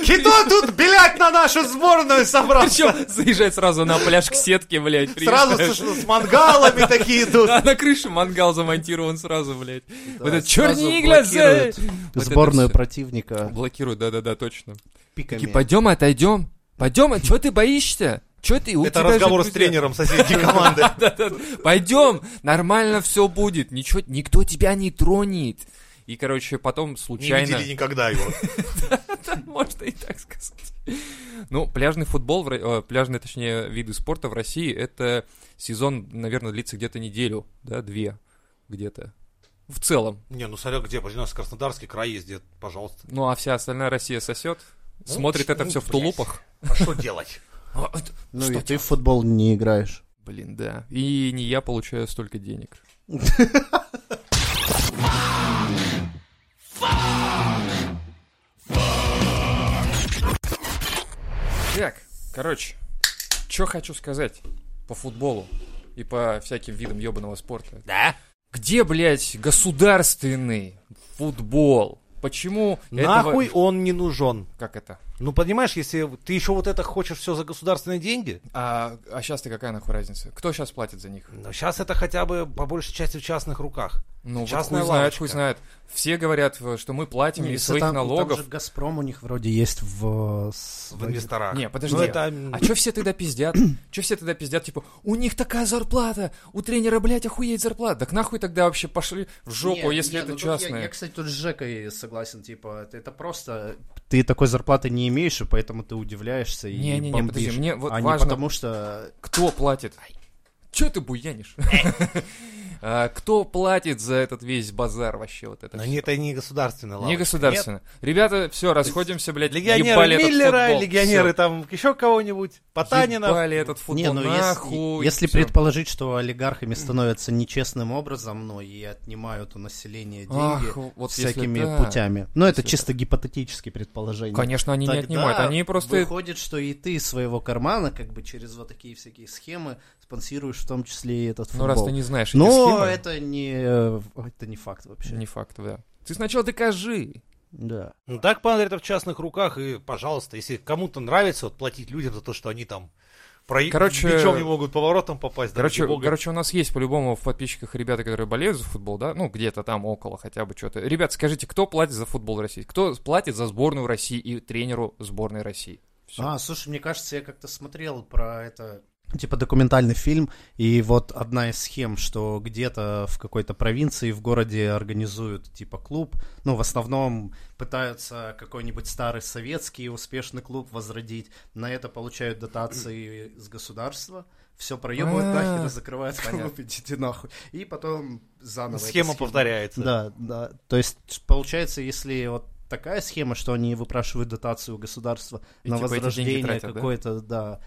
[SPEAKER 1] Кито тут, блядь, на нашу сборную собрался.
[SPEAKER 3] Причем заезжать сразу на пляж к сетке, блядь,
[SPEAKER 1] Сразу
[SPEAKER 3] приезжаешь.
[SPEAKER 1] слышно, с мангалами такие идут.
[SPEAKER 3] Да, на крыше мангал замонтирован сразу, блядь. Вот это
[SPEAKER 4] сразу
[SPEAKER 3] чернила за...
[SPEAKER 4] блокируют
[SPEAKER 3] э, Вот это
[SPEAKER 4] Сборную
[SPEAKER 3] всё.
[SPEAKER 4] противника
[SPEAKER 3] Блокируют, да-да-да, точно. Такие,
[SPEAKER 4] пиками.
[SPEAKER 3] пойдем, отойдем. Пойдем, а чё ты боишься? Чё ты?
[SPEAKER 1] Это разговор с тренером соседней команды.
[SPEAKER 3] Пойдем, нормально все будет. Ничего, никто тебя не тронет. И, короче, потом
[SPEAKER 1] Не
[SPEAKER 3] случайно...
[SPEAKER 1] видели никогда его.
[SPEAKER 3] Да, Можно и так сказать. Ну, пляжный футбол, в Ро- э, пляжные, точнее, виды спорта в России, это сезон, наверное, длится где-то неделю, да, две где-то. В целом.
[SPEAKER 1] Не, ну, Салек, где? Блин, у нас Краснодарский край ездит, пожалуйста.
[SPEAKER 3] Ну, а вся остальная Россия сосет,
[SPEAKER 1] Ну,
[SPEAKER 3] смотрит это
[SPEAKER 1] ну,
[SPEAKER 3] все в
[SPEAKER 1] блядь.
[SPEAKER 3] тулупах.
[SPEAKER 1] А что делать?
[SPEAKER 3] А, это-
[SPEAKER 4] Ну
[SPEAKER 3] что
[SPEAKER 4] и ты
[SPEAKER 3] делать?
[SPEAKER 4] в футбол не играешь.
[SPEAKER 3] Блин, да. И не я получаю столько денег. Так, короче, Что хочу сказать по футболу и по всяким видам ебаного спорта.
[SPEAKER 1] Да?
[SPEAKER 3] Где, блядь, государственный футбол? Почему этого-
[SPEAKER 1] Нахуй он не нужен.
[SPEAKER 3] Как это?
[SPEAKER 1] Ну, понимаешь, если ты еще вот это хочешь все за государственные деньги,
[SPEAKER 3] А, а сейчас-то какая нахуй разница? Кто сейчас платит за них?
[SPEAKER 1] но сейчас ну, это хотя бы по большей части в частных руках.
[SPEAKER 3] Ну, вот
[SPEAKER 1] Частная
[SPEAKER 3] хуй знает,
[SPEAKER 1] лавочка.
[SPEAKER 3] хуй знает. Все говорят, э, что мы платим из своих налогов.
[SPEAKER 4] Газпром у них вроде есть в...
[SPEAKER 1] В инвесторах.
[SPEAKER 3] Не, подожди.
[SPEAKER 1] Ну, это...
[SPEAKER 3] А чё все тогда пиздят? Чё все тогда пиздят? Типа, у них такая зарплата, у тренера, блядь, охуеть зарплата. Так нахуй тогда вообще пошли в жопу,
[SPEAKER 4] Не,
[SPEAKER 3] если
[SPEAKER 4] не,
[SPEAKER 3] это
[SPEAKER 4] ну тут я-
[SPEAKER 3] частное.
[SPEAKER 4] Я, кстати, тут с Жекой согласен, типа, это- это просто... Ты такой зарплаты не имеешь, и поэтому ты удивляешься и
[SPEAKER 3] Не-не-не,
[SPEAKER 4] бомбишь.
[SPEAKER 3] подожди, мне вот
[SPEAKER 4] а не
[SPEAKER 3] важно-
[SPEAKER 4] потому что...
[SPEAKER 3] Кто платит? Чё ты буянишь? А, Кто платит за этот весь базар вообще вот это?
[SPEAKER 1] Но
[SPEAKER 4] Ну,
[SPEAKER 3] всё?
[SPEAKER 1] ну, не, это не государственная лавочка.
[SPEAKER 3] Не государственно. Ребята, все, расходимся, блядь,
[SPEAKER 1] Легионеры
[SPEAKER 3] ебали этот
[SPEAKER 1] Миллера,
[SPEAKER 3] футбол.
[SPEAKER 1] легионеры
[SPEAKER 3] Всё.
[SPEAKER 1] там еще кого-нибудь, Потанина.
[SPEAKER 3] Ебали этот футбол,
[SPEAKER 4] Не, ну, ес-
[SPEAKER 3] нахуй.
[SPEAKER 4] если
[SPEAKER 3] Всё.
[SPEAKER 4] предположить, что олигархами становятся нечестным образом, ну, и отнимают у населения деньги
[SPEAKER 3] Ах, вот если
[SPEAKER 4] всякими
[SPEAKER 3] да.
[SPEAKER 4] путями. Но это
[SPEAKER 3] Если
[SPEAKER 4] чисто гипотетические предположения.
[SPEAKER 3] Конечно, они не
[SPEAKER 4] Тогда
[SPEAKER 3] отнимают, они просто...
[SPEAKER 4] Выходит, что и ты из своего кармана, как бы через вот такие всякие схемы, спонсируешь в том числе и этот футбол.
[SPEAKER 3] Ну, раз ты не знаешь эти
[SPEAKER 4] Но
[SPEAKER 3] схемы,
[SPEAKER 4] это не, э, это не факт вообще.
[SPEAKER 3] не факт, да. Ты сначала докажи.
[SPEAKER 4] Да.
[SPEAKER 1] Ну так, пан, это в частных руках, и, пожалуйста, если кому-то нравится вот, платить людям за то, что они там про...
[SPEAKER 3] Короче,
[SPEAKER 1] бичом не могут поворотом попасть, да,
[SPEAKER 3] Короче,
[SPEAKER 1] ради бога.
[SPEAKER 3] короче, у нас есть по-любому в подписчиках ребята, которые болеют за футбол, да? Ну, где-то там около хотя бы что-то. Ребят, скажите, кто платит за футбол России? Кто платит за сборную России и тренеру сборной России? Всё.
[SPEAKER 4] А, слушай, мне кажется, я как-то смотрел про это типа документальный фильм, и вот одна из схем, что где-то в какой-то провинции, в городе организуют типа клуб, ну, в основном пытаются какой-нибудь старый советский успешный клуб возродить, на это получают дотации с государства, все проебывают
[SPEAKER 3] А.
[SPEAKER 4] нахер и закрывают клуб,
[SPEAKER 3] Понятно.
[SPEAKER 4] идите нахуй, и потом заново. эта
[SPEAKER 1] Схема повторяется.
[SPEAKER 4] Да, да. То есть, получается, если вот такая схема, что они выпрашивают дотацию у государства
[SPEAKER 3] И
[SPEAKER 4] на
[SPEAKER 3] типа эти деньги
[SPEAKER 4] возрождение
[SPEAKER 3] тратят, да?
[SPEAKER 4] какой-то, да,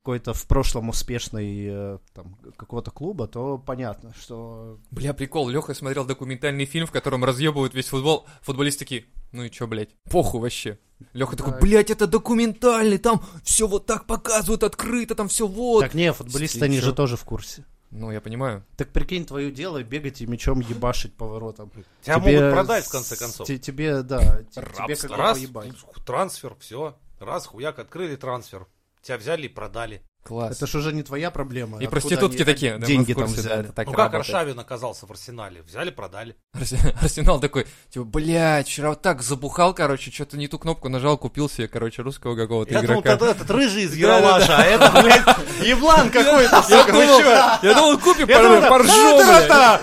[SPEAKER 4] какой-то в прошлом успешной э, там какого-то клуба, то понятно, что
[SPEAKER 3] Бля, прикол, Леха смотрел документальный фильм, в котором разъебывают весь футбол. Футболисты такие, ну и чё, блядь, похуй вообще. Леха
[SPEAKER 4] Да.
[SPEAKER 3] такой, блядь, это документальный, там все вот так показывают, открыто, там все вот.
[SPEAKER 4] так не а футболисты,
[SPEAKER 3] Ты
[SPEAKER 4] они
[SPEAKER 3] чё?
[SPEAKER 4] же тоже в курсе.
[SPEAKER 3] Ну, я понимаю.
[SPEAKER 4] Так прикинь, твое дело бегать и мечом ебашить поворотом.
[SPEAKER 1] Тебя
[SPEAKER 4] Тебе
[SPEAKER 1] могут продать, в
[SPEAKER 4] с-
[SPEAKER 1] конце концов.
[SPEAKER 4] те- Тебе, да, те- тебе
[SPEAKER 1] Рабство.
[SPEAKER 4] как бы
[SPEAKER 1] Раз,
[SPEAKER 4] поебать.
[SPEAKER 1] ху- трансфер, все. Раз, хуяк, открыли трансфер. Тебя взяли и продали.
[SPEAKER 3] Класс.
[SPEAKER 4] Это ж уже не твоя проблема.
[SPEAKER 3] И
[SPEAKER 4] типа, откуда
[SPEAKER 3] проститутки
[SPEAKER 4] они-
[SPEAKER 3] такие, да, мы
[SPEAKER 4] деньги
[SPEAKER 3] в курсе,
[SPEAKER 4] там
[SPEAKER 3] да,
[SPEAKER 4] взяли.
[SPEAKER 3] это так
[SPEAKER 1] ну как
[SPEAKER 3] работает.
[SPEAKER 1] Аршавин оказался в арсенале? Взяли, продали.
[SPEAKER 3] Арсен- Арсенал такой, типа, блядь, вчера вот так забухал, короче, что-то не ту кнопку нажал, купил себе, короче, русского какого-то
[SPEAKER 1] Я думал,
[SPEAKER 3] игрока.
[SPEAKER 1] это этот рыжий из Ералаша, а это, блядь, еблан какой-то, сука, вы чё?
[SPEAKER 3] Я думал, купим
[SPEAKER 1] Я думал, ну,
[SPEAKER 3] пор- поржём, блядь.
[SPEAKER 1] «Та-та-та-та!»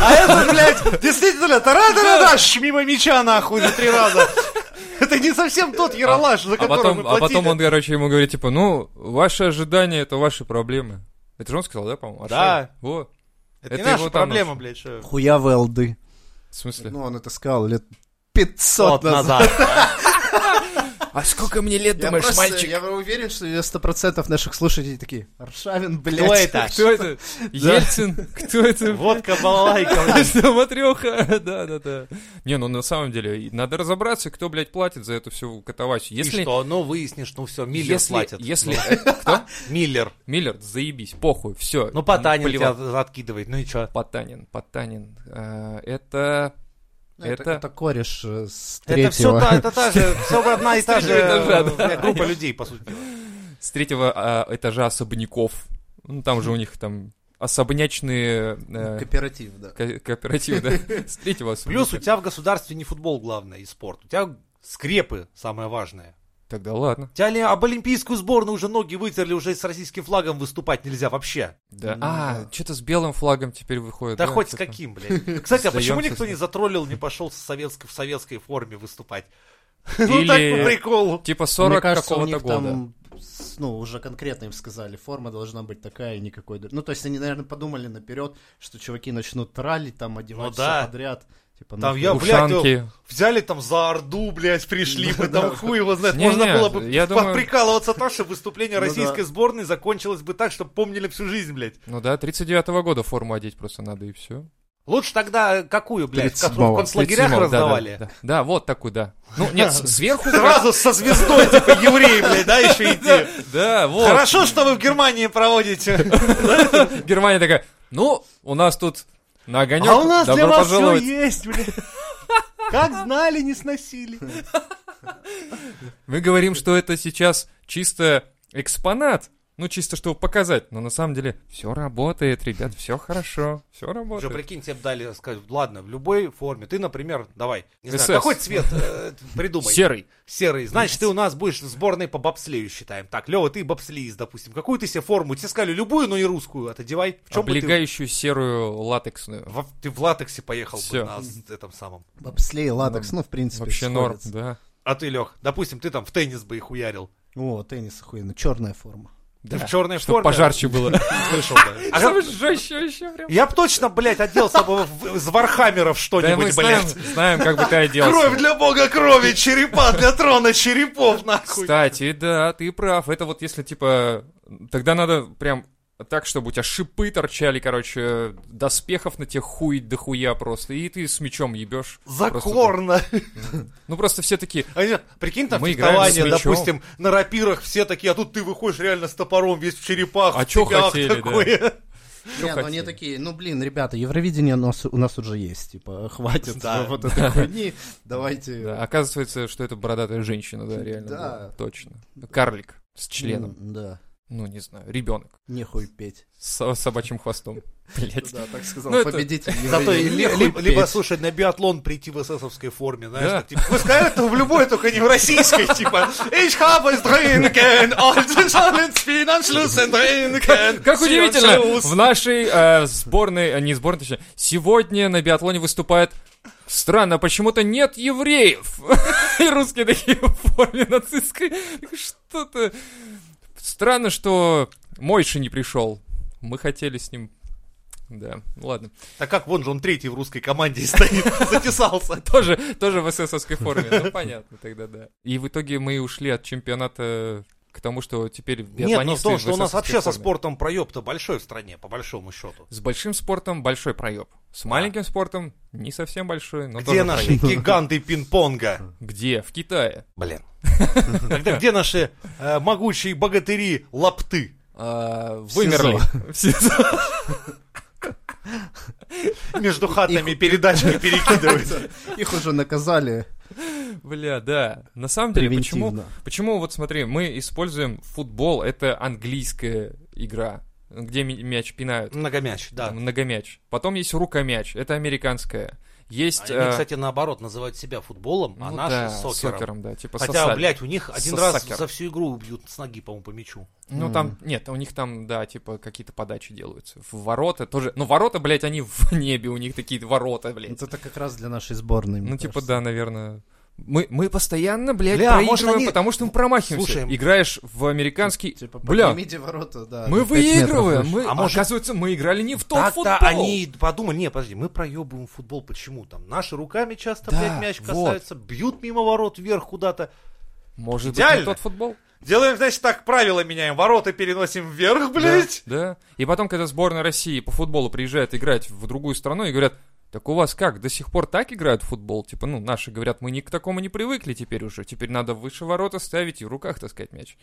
[SPEAKER 1] А это, блядь, действительно, тара-тара-та, щ, мимо мяча нахуй за три раза. Это не совсем тот Ералаш, за
[SPEAKER 3] А
[SPEAKER 1] который мы
[SPEAKER 3] потом, а потом он,
[SPEAKER 1] платили.
[SPEAKER 3] короче, ему говорит, типа, ну, ваши ожидания — это ваши проблемы. Это же он сказал, да, по-моему?
[SPEAKER 1] Да.
[SPEAKER 3] Аршавин? Во.
[SPEAKER 1] Это не
[SPEAKER 3] это
[SPEAKER 1] наша
[SPEAKER 3] его там
[SPEAKER 1] проблема,
[SPEAKER 3] наш.
[SPEAKER 1] блядь, что...
[SPEAKER 4] Хуявые алды.
[SPEAKER 3] В смысле?
[SPEAKER 4] Ну, он это сказал лет 500 назад.
[SPEAKER 3] А сколько мне лет, думаешь,
[SPEAKER 4] просто-
[SPEAKER 3] мальчик?
[SPEAKER 4] я уверен, что 90% наших слушателей такие, Аршавин, блядь.
[SPEAKER 1] Кто это? типа,
[SPEAKER 3] Кто это? Ельцин? Кто это?
[SPEAKER 1] Водка балалайка, блядь.
[SPEAKER 3] Что, Матрёха? Да, да, да. Не, ну на самом деле, и надо разобраться, кто, блядь, платит за эту всю катавасию.
[SPEAKER 1] И
[SPEAKER 3] Если...
[SPEAKER 1] что? Ну, выяснишь, ну все, Миллер
[SPEAKER 3] если,
[SPEAKER 1] платит.
[SPEAKER 3] Если...
[SPEAKER 1] Ну,
[SPEAKER 3] э, Кто?
[SPEAKER 1] Миллер.
[SPEAKER 3] Миллер, заебись, похуй, все.
[SPEAKER 1] Ну, Потанин тебя откидывает, ну и что?
[SPEAKER 3] Потанин, Потанин. э, Это...
[SPEAKER 4] Ну, Это,
[SPEAKER 3] Это-
[SPEAKER 4] это кореш э, с
[SPEAKER 1] Это все
[SPEAKER 4] третьего.
[SPEAKER 1] это та же, все одна и та же
[SPEAKER 3] этажа, да.
[SPEAKER 1] э, группа людей, по сути. дела.
[SPEAKER 3] с третьего э, этажа особняков. Ну, там же у них там особнячные э,
[SPEAKER 4] Кооператив, да.
[SPEAKER 3] ко- кооперативы, да? С третьего особняка.
[SPEAKER 1] Плюс у тебя в государстве не футбол главное а и спорт. У тебя скрепы самое важное.
[SPEAKER 3] Тогда ладно.
[SPEAKER 1] У тебя ли об олимпийскую сборную уже ноги вытерли, уже с российским флагом выступать нельзя вообще.
[SPEAKER 3] Да.
[SPEAKER 4] Ну,
[SPEAKER 3] А,
[SPEAKER 4] да.
[SPEAKER 3] что-то с белым флагом теперь выходит. типа.
[SPEAKER 1] Да, хоть с
[SPEAKER 3] что-то.
[SPEAKER 1] каким, блядь. Кстати, а почему
[SPEAKER 3] Сдаёмся
[SPEAKER 1] никто
[SPEAKER 3] с-
[SPEAKER 1] не затроллил, не пошел с советской, в советской форме выступать? Ну так
[SPEAKER 3] Или-
[SPEAKER 1] по приколу.
[SPEAKER 3] Типа
[SPEAKER 4] Мне
[SPEAKER 3] 40
[SPEAKER 4] кажется, у
[SPEAKER 3] какого-то
[SPEAKER 4] них
[SPEAKER 3] года.
[SPEAKER 4] там, с- ну, уже конкретно им сказали, форма должна быть такая и никакой... друг- Ну, то есть они, наверное, подумали наперед, что чуваки начнут тралить, там, одевать
[SPEAKER 1] Ну да.
[SPEAKER 4] всё подряд. Типа,
[SPEAKER 1] Там
[SPEAKER 4] нахуй.
[SPEAKER 1] я, блядь,
[SPEAKER 3] Ушанки.
[SPEAKER 1] Взяли там за Орду, блядь, пришли бы, там хуй его знает.
[SPEAKER 3] Не,
[SPEAKER 1] Можно
[SPEAKER 3] не,
[SPEAKER 1] было бы
[SPEAKER 3] я думаю-
[SPEAKER 1] прикалываться так, что выступление
[SPEAKER 4] Ну да.
[SPEAKER 1] российской сборной закончилось бы так, чтобы помнили всю жизнь, блядь.
[SPEAKER 3] Ну да, 39-го года форму одеть просто надо и все.
[SPEAKER 1] Лучше тогда какую, блядь, которую в
[SPEAKER 4] 37-го.
[SPEAKER 1] концлагерях
[SPEAKER 3] 37-го, да, да,
[SPEAKER 1] раздавали?
[SPEAKER 3] Да, да, вот такую, да. Ну, нет, с- сверху...
[SPEAKER 1] Сразу со звездой, типа, евреи, блядь, да, еще идти.
[SPEAKER 3] Да, вот.
[SPEAKER 1] Хорошо, что вы в Германии проводите.
[SPEAKER 3] Германия такая, ну, у нас тут на огонек,
[SPEAKER 1] А у нас
[SPEAKER 3] добро
[SPEAKER 1] для вас все
[SPEAKER 3] пожаловать.
[SPEAKER 1] есть, блядь. Как знали, не сносили.
[SPEAKER 3] Мы говорим, что это сейчас чисто экспонат, ну, чисто чтобы показать, но на самом деле все работает, ребят, все хорошо, все
[SPEAKER 1] Уже
[SPEAKER 3] работает.
[SPEAKER 1] прикинь, тебе б дали сказать, ладно, в любой форме. Ты, например, давай, не
[SPEAKER 3] СС.
[SPEAKER 1] знаю, какой цвет э, придумай.
[SPEAKER 3] Серый.
[SPEAKER 1] Серый. Значит, ты у нас будешь в сборной по бобслею, считаем. Так, Лева, ты бобслеист, допустим. Какую ты себе форму? Тебе сказали любую, но не русскую. Отодевай. В чем бы ты...
[SPEAKER 3] Облегающую серую латексную.
[SPEAKER 1] Во- ты в латексе поехал
[SPEAKER 3] Всё.
[SPEAKER 1] бы на с- этом самом.
[SPEAKER 4] Бобслей, латекс, ну, в принципе,
[SPEAKER 3] Вообще норм,
[SPEAKER 4] сходится.
[SPEAKER 3] да.
[SPEAKER 1] А ты, Лех, допустим, ты там в теннис бы их уярил.
[SPEAKER 4] О, теннис охуенно, черная форма.
[SPEAKER 1] Ты в черной
[SPEAKER 3] Чтоб
[SPEAKER 1] форме.
[SPEAKER 3] пожарче было.
[SPEAKER 1] Слышал, да. А
[SPEAKER 3] Чтобы
[SPEAKER 1] как-
[SPEAKER 3] жестче еще прям.
[SPEAKER 1] Я бы точно, блядь, оделся бы в- из Вархаммера в
[SPEAKER 3] Да мы
[SPEAKER 1] что-нибудь,
[SPEAKER 3] знаем,
[SPEAKER 1] блядь.
[SPEAKER 3] знаем, как бы ты оделся.
[SPEAKER 1] Кровь для бога крови, черепа для трона черепов, нахуй.
[SPEAKER 3] Кстати, да, ты прав. Это вот если, типа, тогда надо прям так, чтобы у тебя шипы торчали, короче, доспехов на тебе хуй дохуя просто, и ты с мечом ебешь.
[SPEAKER 1] Закорно.
[SPEAKER 3] Ну просто все такие,
[SPEAKER 1] Они, прикинь, там
[SPEAKER 3] Мы
[SPEAKER 1] фехтование,
[SPEAKER 3] играем с мечом.
[SPEAKER 1] допустим, на рапирах все такие, а тут ты выходишь реально с топором весь в черепах.
[SPEAKER 3] А
[SPEAKER 1] в
[SPEAKER 3] чё
[SPEAKER 1] цепях
[SPEAKER 3] хотели, да?
[SPEAKER 1] такое.
[SPEAKER 3] Что
[SPEAKER 4] Не, ну они
[SPEAKER 3] хотели?
[SPEAKER 4] такие, ну блин, ребята, Евровидение у нас, у нас уже есть, типа, хватит
[SPEAKER 1] Да.
[SPEAKER 4] вот этой хуйни, давайте...
[SPEAKER 3] да, оказывается, что это бородатая женщина, да, реально.
[SPEAKER 4] Да.
[SPEAKER 3] была, точно. Карлик с членом.
[SPEAKER 4] М, Да,
[SPEAKER 3] Ну, не знаю, ребенок
[SPEAKER 4] нехуй петь.
[SPEAKER 3] с собачьим хвостом. Блять.
[SPEAKER 4] Да, так сказал,
[SPEAKER 3] Ну, это-
[SPEAKER 4] победитель.
[SPEAKER 1] Зато и ли-
[SPEAKER 4] Евровидения.
[SPEAKER 1] ли-
[SPEAKER 4] Нехуй
[SPEAKER 1] либо,
[SPEAKER 4] петь.
[SPEAKER 1] слушай, на биатлон прийти в эсэсовской форме, знаешь,
[SPEAKER 3] Да.
[SPEAKER 1] так, типа, пускай это в любой, только не в российской, типа, ich habe es trinken, als ich allen Spielern Schlüssen trinken.
[SPEAKER 3] Как
[SPEAKER 1] Sie
[SPEAKER 3] удивительно,
[SPEAKER 1] und Schluss.
[SPEAKER 3] в нашей э, сборной, э, не сборной, точнее, сегодня на биатлоне выступает Странно, почему-то нет евреев. И русские такие в форме нацистской. Что-то... Странно, что Мойши не пришел. Мы хотели с ним... Да, ну ладно.
[SPEAKER 1] Так как, вон же он третий в русской команде и стоит, затесался.
[SPEAKER 3] Тоже, тоже в эсэсовской форме. Ну, понятно, тогда да. И в итоге мы ушли от чемпионата к тому, что теперь
[SPEAKER 1] Нет, ну в
[SPEAKER 3] биатлонисты
[SPEAKER 1] том, что у нас
[SPEAKER 3] эсэсовской
[SPEAKER 1] вообще со
[SPEAKER 3] форме.
[SPEAKER 1] спортом проеб-то большой в стране, по большому счету.
[SPEAKER 3] С большим спортом большой проеб. С маленьким спортом не совсем большой,
[SPEAKER 1] Где
[SPEAKER 3] но Ну, тоже
[SPEAKER 1] наши
[SPEAKER 3] проеб.
[SPEAKER 1] гиганты пинг-понга?
[SPEAKER 3] Где? В Китае.
[SPEAKER 1] Блин. Тогда где наши э, могучие богатыри лапты?
[SPEAKER 3] А,
[SPEAKER 4] В
[SPEAKER 3] вымерли. В СИЗО.
[SPEAKER 1] Между хатами передачки перекидываются.
[SPEAKER 4] Их уже наказали
[SPEAKER 3] Бля, да. На самом деле, почему,
[SPEAKER 4] превентивно.
[SPEAKER 3] почему, вот смотри, мы используем футбол, это английская игра, где ми- мяч пинают.
[SPEAKER 1] Многомяч, да.
[SPEAKER 3] Многомяч. Потом есть рукомяч, это американская. Есть...
[SPEAKER 1] Они,
[SPEAKER 3] э,
[SPEAKER 1] кстати, наоборот называют себя футболом, а
[SPEAKER 3] ну
[SPEAKER 1] наши
[SPEAKER 3] да,
[SPEAKER 1] сокером.
[SPEAKER 3] да, типа
[SPEAKER 1] Хотя,
[SPEAKER 3] сосали.
[SPEAKER 1] блядь, у них один раз
[SPEAKER 3] Сокер.
[SPEAKER 1] за всю игру убьют с ноги, по-моему, по мячу.
[SPEAKER 3] Ну там, нет, у них там, да, типа какие-то подачи делаются. В ворота тоже. Ну, ворота, блядь, они в небе, у них такие ворота, блядь.
[SPEAKER 4] Это как раз для нашей сборной. мне
[SPEAKER 3] Ну, типа,
[SPEAKER 4] кажется. а
[SPEAKER 3] да, наверное. Мы, мы постоянно, блядь,
[SPEAKER 1] Бля,
[SPEAKER 3] проигрываем,
[SPEAKER 1] может, они-
[SPEAKER 3] потому что мы промахиваемся.
[SPEAKER 1] Слушай,
[SPEAKER 3] Играешь в американский...
[SPEAKER 4] Типа,
[SPEAKER 3] бля,
[SPEAKER 4] поднимите ворота, да.
[SPEAKER 3] мы
[SPEAKER 4] на пять метров
[SPEAKER 3] выигрываем.
[SPEAKER 4] выше. Ну,
[SPEAKER 3] Мы...
[SPEAKER 1] А может-
[SPEAKER 3] Оказывается, мы играли не в тот футбол.
[SPEAKER 1] Так-то они подумали, не, подожди, мы проебываем футбол, почему там? Наши руками часто,
[SPEAKER 3] Да,
[SPEAKER 1] блядь, мяч
[SPEAKER 3] вот.
[SPEAKER 1] касаются, бьют мимо ворот вверх куда-то.
[SPEAKER 3] Может быть,
[SPEAKER 1] Идеально.
[SPEAKER 3] не тот футбол?
[SPEAKER 1] Делаем, значит, так, правила меняем, ворота переносим вверх, блядь.
[SPEAKER 3] Да. И потом, когда сборная России по футболу приезжает играть в другую страну и говорят, так у вас как, до сих пор так играют в футбол? Типа, ну, наши говорят, мы ни к такому не привыкли теперь уже. Теперь надо выше ворота ставить и в руках таскать мяч.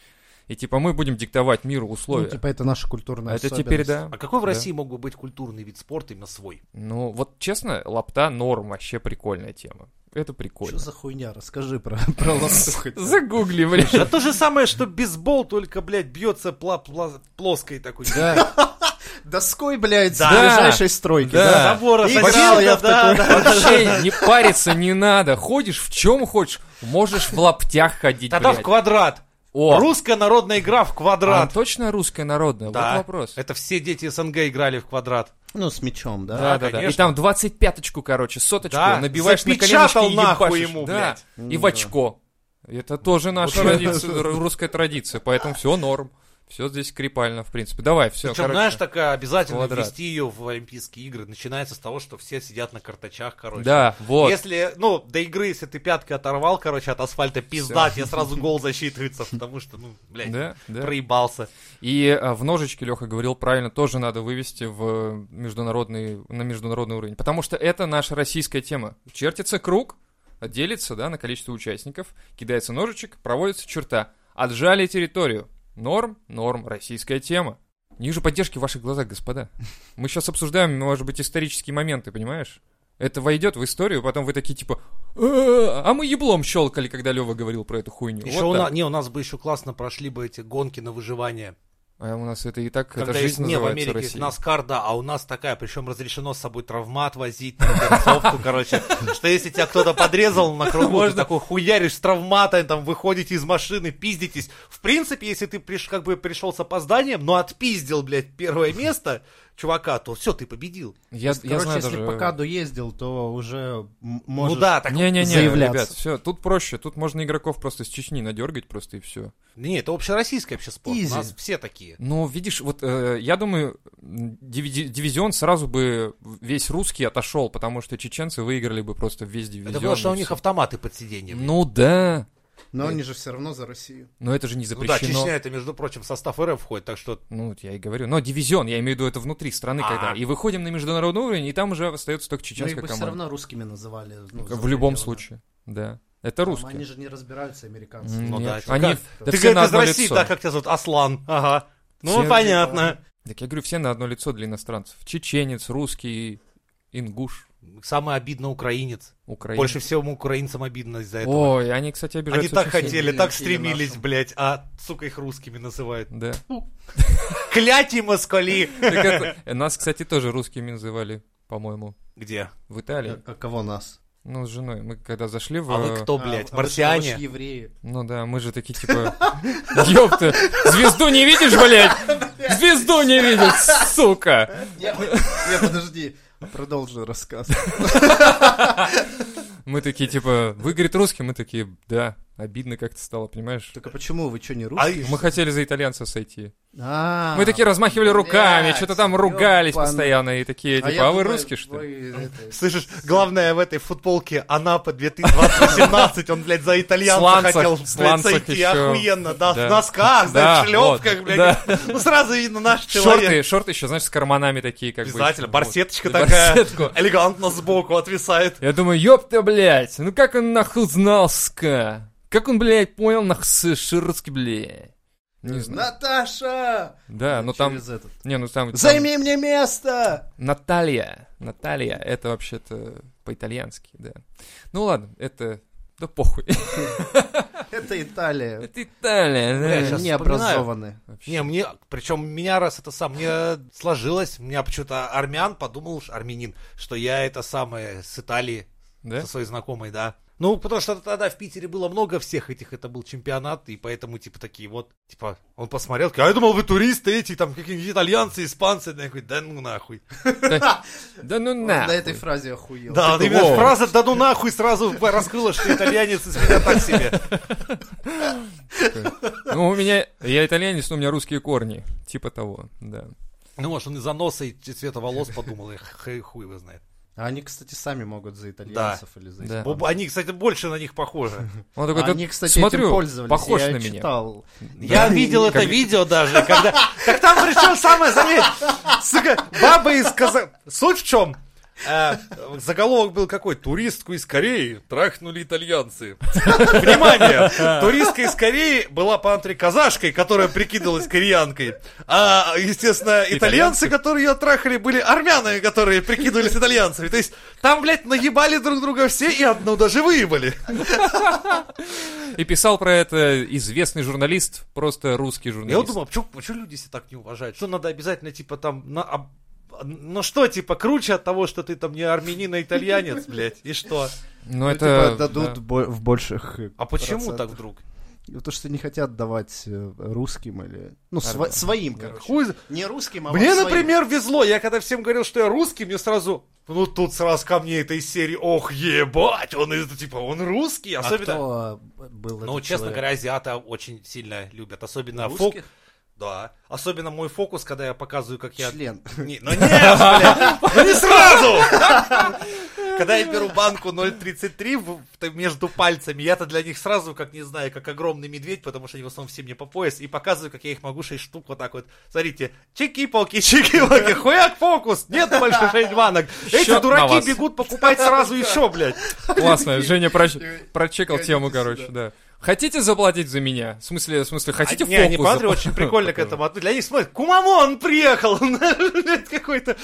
[SPEAKER 3] И типа мы будем диктовать миру
[SPEAKER 4] Ну,
[SPEAKER 3] условия.
[SPEAKER 4] типа, это наша культурная
[SPEAKER 3] А это
[SPEAKER 4] особенность.
[SPEAKER 3] теперь, да.
[SPEAKER 1] А какой в
[SPEAKER 3] Да.
[SPEAKER 1] России мог бы быть культурный вид спорта именно свой?
[SPEAKER 3] Ну, вот честно, лапта норм, вообще прикольная тема. Это прикольно.
[SPEAKER 4] Что за хуйня? Расскажи про, про лапту хоть.
[SPEAKER 3] Загугли, блин.
[SPEAKER 1] Да то же самое, что бейсбол, только, блядь, бьется пла- пла- плоской такой.
[SPEAKER 4] Да. Доской, блядь, с
[SPEAKER 1] Да.
[SPEAKER 4] ближайшей стройки.
[SPEAKER 3] Да.
[SPEAKER 1] Забора
[SPEAKER 4] Играл
[SPEAKER 1] соседа,
[SPEAKER 4] я в
[SPEAKER 1] да,
[SPEAKER 4] такой.
[SPEAKER 1] да.
[SPEAKER 3] Вообще не париться не надо. Ходишь в чем хочешь, можешь в лаптях ходить,
[SPEAKER 1] Тогда в
[SPEAKER 3] блядь.
[SPEAKER 1] квадрат.
[SPEAKER 3] О,
[SPEAKER 1] Русская народная игра в
[SPEAKER 3] а
[SPEAKER 1] квадрат.
[SPEAKER 3] точно русская народная?
[SPEAKER 1] Да.
[SPEAKER 3] Вот вопрос.
[SPEAKER 1] Это все дети СНГ играли в квадрат.
[SPEAKER 4] Ну, с мечом, да.
[SPEAKER 3] Да, да, да. И
[SPEAKER 1] конечно.
[SPEAKER 3] там 25-очку, короче, соточку
[SPEAKER 1] Да,
[SPEAKER 3] набиваешь на
[SPEAKER 1] запечатал
[SPEAKER 3] коленочке и
[SPEAKER 1] нахуй
[SPEAKER 3] ебашишь.
[SPEAKER 1] ему,
[SPEAKER 3] да. И в
[SPEAKER 4] Да.
[SPEAKER 3] очко. Это тоже наша
[SPEAKER 4] Вот.
[SPEAKER 3] традиция, ру- русская традиция, поэтому все норм. Все здесь скрипально, в принципе. Давай, все,
[SPEAKER 1] Причем, знаешь, такая обязательно
[SPEAKER 3] квадрат.
[SPEAKER 1] ввести ее в Олимпийские игры. Начинается с того, что все сидят на карточах, короче.
[SPEAKER 3] Да, вот.
[SPEAKER 1] Если, ну, до игры, если ты пяткой оторвал, короче, от асфальта, пизда, тебе сразу гол засчитывается, потому что, ну, блядь,
[SPEAKER 3] Да, да.
[SPEAKER 1] проебался.
[SPEAKER 3] И а, в ножичке, Леха говорил правильно, тоже надо вывести в э, международный, на международный уровень. Потому что это наша российская тема. Чертится круг, делится да, на количество участников, кидается ножичек, проводится черта. Отжали территорию. Норм, норм, российская тема. Не вижу поддержки в ваших глазах, господа. Мы сейчас обсуждаем, может быть, исторические моменты, понимаешь? Это войдет в историю, потом вы такие типа, «Э, а мы еблом щелкали, когда Лева говорил про эту хуйню.
[SPEAKER 1] Еще
[SPEAKER 3] Вот
[SPEAKER 1] у
[SPEAKER 3] так.
[SPEAKER 1] нас, не, у нас бы еще классно прошли бы эти гонки на выживание.
[SPEAKER 3] А у нас это и так, это
[SPEAKER 1] Когда есть
[SPEAKER 3] жизнь
[SPEAKER 1] не в
[SPEAKER 3] называется
[SPEAKER 1] Америке, есть
[SPEAKER 3] Россия.
[SPEAKER 1] NASCAR, да, а у нас такая, причем разрешено с собой травмат возить на концовку, короче, что если тебя кто-то подрезал на кругу, ты такой хуяришь с травмата, там, выходите из машины, пиздитесь. В принципе, если ты приш- как бы пришел с опозданием, но отпиздил, блядь, первое место чувака, то все, ты победил.
[SPEAKER 3] Я, я
[SPEAKER 4] Короче,
[SPEAKER 3] знаю
[SPEAKER 4] если
[SPEAKER 3] даже...
[SPEAKER 4] пока доездил, то уже м- можешь...
[SPEAKER 1] Ну да, так...
[SPEAKER 3] не, не, не,
[SPEAKER 4] заявляться.
[SPEAKER 3] ребят, все, тут проще, тут можно игроков просто с Чечни надергать просто и все.
[SPEAKER 1] Не, это общероссийский вообще спорт,
[SPEAKER 4] Изи.
[SPEAKER 1] у нас все такие.
[SPEAKER 3] Но видишь, вот э, я думаю, м, дивиди- дивизион сразу бы весь русский отошел, потому что чеченцы выиграли бы просто весь дивизион.
[SPEAKER 1] Это потому, что
[SPEAKER 3] и
[SPEAKER 1] у них
[SPEAKER 3] всё.
[SPEAKER 1] автоматы под сиденьем.
[SPEAKER 3] Ну да,
[SPEAKER 4] Но они же все равно за Россию.
[SPEAKER 3] но это же не
[SPEAKER 1] Ну да,
[SPEAKER 3] запрещено.
[SPEAKER 1] Чечня это, между прочим, в состав РФ входит, так что
[SPEAKER 3] Ну, вот я и говорю. Но дивизион, я имею в виду это внутри страны, когда.
[SPEAKER 1] А. Ну,
[SPEAKER 3] И выходим на международный уровень, и там уже остается только
[SPEAKER 4] Но
[SPEAKER 3] чеченская
[SPEAKER 4] Ну, их бы все
[SPEAKER 3] команда.
[SPEAKER 4] равно русскими называли. ну,
[SPEAKER 3] в любом
[SPEAKER 4] завоеванными.
[SPEAKER 3] случае, да. Это
[SPEAKER 4] Там
[SPEAKER 3] русские.
[SPEAKER 4] Они же не разбираются, американцы.
[SPEAKER 3] М,
[SPEAKER 1] Ну
[SPEAKER 3] нет,
[SPEAKER 1] да, это
[SPEAKER 3] они...
[SPEAKER 1] как?
[SPEAKER 3] да
[SPEAKER 1] ты
[SPEAKER 3] все на
[SPEAKER 1] говоришь, из
[SPEAKER 3] одно
[SPEAKER 1] России,
[SPEAKER 3] лицо.
[SPEAKER 1] да, как тебя зовут? Аслан. Ага. Ну,
[SPEAKER 3] Все
[SPEAKER 1] понятно.
[SPEAKER 3] Так я говорю, все на одно лицо для иностранцев. Чеченец, русский, ингуш,
[SPEAKER 1] Самое обидно украинец.
[SPEAKER 3] украинец.
[SPEAKER 1] Больше всего украинцам обидно из-за этого.
[SPEAKER 3] Ой, они, кстати,
[SPEAKER 1] Они
[SPEAKER 3] обижаются
[SPEAKER 1] так
[SPEAKER 3] очень сильно.
[SPEAKER 1] хотели,
[SPEAKER 4] Или-
[SPEAKER 1] так
[SPEAKER 4] или
[SPEAKER 1] стремились,
[SPEAKER 4] нашим.
[SPEAKER 1] блядь, а, сука, их русскими называют.
[SPEAKER 3] Да.
[SPEAKER 1] Кляти москали!
[SPEAKER 3] Так это- Нас, кстати, тоже русскими называли, по-моему,
[SPEAKER 1] Где?
[SPEAKER 3] в
[SPEAKER 4] А
[SPEAKER 3] Италии.
[SPEAKER 4] а кого нас?
[SPEAKER 3] Ну, с женой. Мы когда зашли в...
[SPEAKER 1] А вы кто, блядь,
[SPEAKER 4] А, а вы что, вы ж
[SPEAKER 1] марсиане?
[SPEAKER 4] евреи.
[SPEAKER 3] Ну да, мы же такие, типа... Ёпта! Звезду не видишь, блядь? Звезду не видишь, сука!
[SPEAKER 4] Нет, нет, подожди. Продолжи рассказ.
[SPEAKER 3] Мы такие, типа, вы, говорит, русские? Мы такие, да. Обидно как-то стало, понимаешь?
[SPEAKER 4] Так а почему вы что, не
[SPEAKER 1] А,
[SPEAKER 4] русские?
[SPEAKER 3] Мы хотели за итальянца сойти.
[SPEAKER 4] А,
[SPEAKER 3] Мы такие размахивали руками,
[SPEAKER 4] блядь,
[SPEAKER 3] что-то там ругались
[SPEAKER 4] ёпан.
[SPEAKER 3] постоянно, и такие,
[SPEAKER 4] я
[SPEAKER 3] типа, а вы
[SPEAKER 4] думаю,
[SPEAKER 3] русские, что ли?
[SPEAKER 4] вы это-
[SPEAKER 1] Слышишь, главное в этой футболке Анапа 2018, он, блядь, за итальянца
[SPEAKER 3] Сланцах,
[SPEAKER 1] хотел, блядь,
[SPEAKER 3] сланцах
[SPEAKER 1] сойти,
[SPEAKER 3] ещё.
[SPEAKER 1] охуенно, да,
[SPEAKER 3] Да.
[SPEAKER 1] в носках,
[SPEAKER 3] Да,
[SPEAKER 1] да, в шлепках,
[SPEAKER 3] вот,
[SPEAKER 1] блядь. Ну, сразу видно, наш человек.
[SPEAKER 3] Шорты, шорты еще, знаешь, с карманами такие, как бы.
[SPEAKER 1] Обязательно,
[SPEAKER 3] ещё,
[SPEAKER 1] барсеточка
[SPEAKER 3] вот.
[SPEAKER 1] такая,
[SPEAKER 3] Барсетку.
[SPEAKER 1] элегантно сбоку отвисает.
[SPEAKER 3] Я думаю, ёпта, блядь, ну как он нахуй знал-ска? Как он, блядь, понял нах с ширски, блядь? Не знаю.
[SPEAKER 4] Наташа!
[SPEAKER 3] Да, но А, там...
[SPEAKER 4] Через этот.
[SPEAKER 3] Не, ну там... там
[SPEAKER 4] Займи мне место!
[SPEAKER 3] Наталья. Наталья, это вообще-то по-итальянски, да. Ну ладно, это... Да похуй.
[SPEAKER 4] Это Италия.
[SPEAKER 3] Это Италия, да.
[SPEAKER 1] Бля, щас
[SPEAKER 4] Не
[SPEAKER 1] вспоминаю.
[SPEAKER 4] образованы.
[SPEAKER 3] Вообще.
[SPEAKER 1] Не, мне, причем меня раз это сам, мне сложилось, меня почему-то армян подумал, ш- армянин, что я это самое с Италии,
[SPEAKER 3] Да?
[SPEAKER 1] со своей знакомой, да. Ну, потому что тогда в Питере было много всех этих, это был чемпионат, и поэтому, типа, такие вот, типа, он посмотрел, такой, а я думал, вы туристы эти, там, какие-нибудь итальянцы, испанцы, да, я говорю, да ну нахуй.
[SPEAKER 3] Да ну
[SPEAKER 4] Он
[SPEAKER 3] на.
[SPEAKER 4] На этой фразе охуел.
[SPEAKER 1] Да, вот
[SPEAKER 3] такой,
[SPEAKER 1] именно
[SPEAKER 3] «Воу».
[SPEAKER 1] фраза «да ну нахуй» сразу раскрыла, что итальянец из меня так себе.
[SPEAKER 3] Ну, у меня... Я итальянец, но у меня русские корни. Типа того, да.
[SPEAKER 1] Ну, может, он из-за носа и цвета волос подумал, и х- хуй его знает.
[SPEAKER 4] А они, кстати, сами могут за итальянцев или за
[SPEAKER 3] Да.
[SPEAKER 4] испанцев.
[SPEAKER 1] Боб- Они, кстати, больше на них похожи.
[SPEAKER 3] Он
[SPEAKER 4] А
[SPEAKER 3] такой, «Да
[SPEAKER 4] Они, кстати,
[SPEAKER 3] смотрю,
[SPEAKER 4] этим пользовались.
[SPEAKER 3] похож
[SPEAKER 4] я
[SPEAKER 3] на меня.
[SPEAKER 4] читал.
[SPEAKER 1] Я видел это
[SPEAKER 3] Как-
[SPEAKER 1] видео даже, когда... Так там причем самое, заметь, сука, баба из Каза... Суть в чем? Э, заголовок был какой? Туристку из Кореи трахнули итальянцы. Внимание! Туристка из Кореи была по антре казашкой, которая прикидывалась кореянкой. А, естественно, итальянцы, которые ее трахали, были армянами, которые прикидывались итальянцами. То есть там, блядь, наебали друг друга все и одну даже выебали.
[SPEAKER 3] И писал про это известный журналист, просто русский
[SPEAKER 1] Я вот
[SPEAKER 3] журналист.
[SPEAKER 1] думал, почему, люди себя так не уважают? Что надо обязательно, типа, там, на, об- ну что, типа, круче от того, что ты там не армянин, а итальянец, блядь, и что?
[SPEAKER 3] Но
[SPEAKER 4] Ну,
[SPEAKER 3] это...
[SPEAKER 4] типа, дадут
[SPEAKER 3] да.
[SPEAKER 4] бо- в больших... э,
[SPEAKER 1] А почему
[SPEAKER 4] процентах.
[SPEAKER 1] так вдруг?
[SPEAKER 4] Потому что не хотят давать э, русским или... Ну, сва-
[SPEAKER 3] Армянам.
[SPEAKER 4] своим, короче.
[SPEAKER 1] Хуй за-
[SPEAKER 4] Не русским, а
[SPEAKER 1] Мне,
[SPEAKER 4] вот своим.
[SPEAKER 1] например, везло, я когда всем говорил, что я русский, мне сразу, ну тут сразу ко мне этой серии, ох, ебать, он, из- типа, он русский,
[SPEAKER 4] А
[SPEAKER 1] особенно...
[SPEAKER 4] кто э, был
[SPEAKER 1] Ну,
[SPEAKER 4] этот
[SPEAKER 1] честно
[SPEAKER 4] человек?
[SPEAKER 1] говоря, азиаты очень сильно любят, особенно фок.
[SPEAKER 4] Русских?
[SPEAKER 1] Да. Особенно мой фокус, когда я показываю, как я...
[SPEAKER 4] Член. А
[SPEAKER 1] Не, ну нет, блядь, ну не сразу! Когда я беру банку 0,33 в- в- между пальцами, я-то для них сразу, как не знаю, как огромный медведь, потому что они в основном все мне по пояс, и показываю, как я их могу 6 штук вот так вот. Смотрите, чики-палки, чики-палки, хуяк фокус, нет больше 6 банок. Эти
[SPEAKER 3] Счёт на
[SPEAKER 1] дураки
[SPEAKER 3] вас.
[SPEAKER 1] бегут покупать сразу еще, блядь.
[SPEAKER 3] Классно, Женя проч- прочекал
[SPEAKER 4] Гоните
[SPEAKER 3] тему, короче, да. Хотите заплатить за меня? В смысле, в смысле, хотите
[SPEAKER 1] А, не, они
[SPEAKER 3] фокус
[SPEAKER 1] Патри
[SPEAKER 3] запла-
[SPEAKER 1] очень прикольно к
[SPEAKER 3] покажу?
[SPEAKER 1] этому относятся. Для них смотрят, Кумамон приехал! Блядь, Какой-то. Их,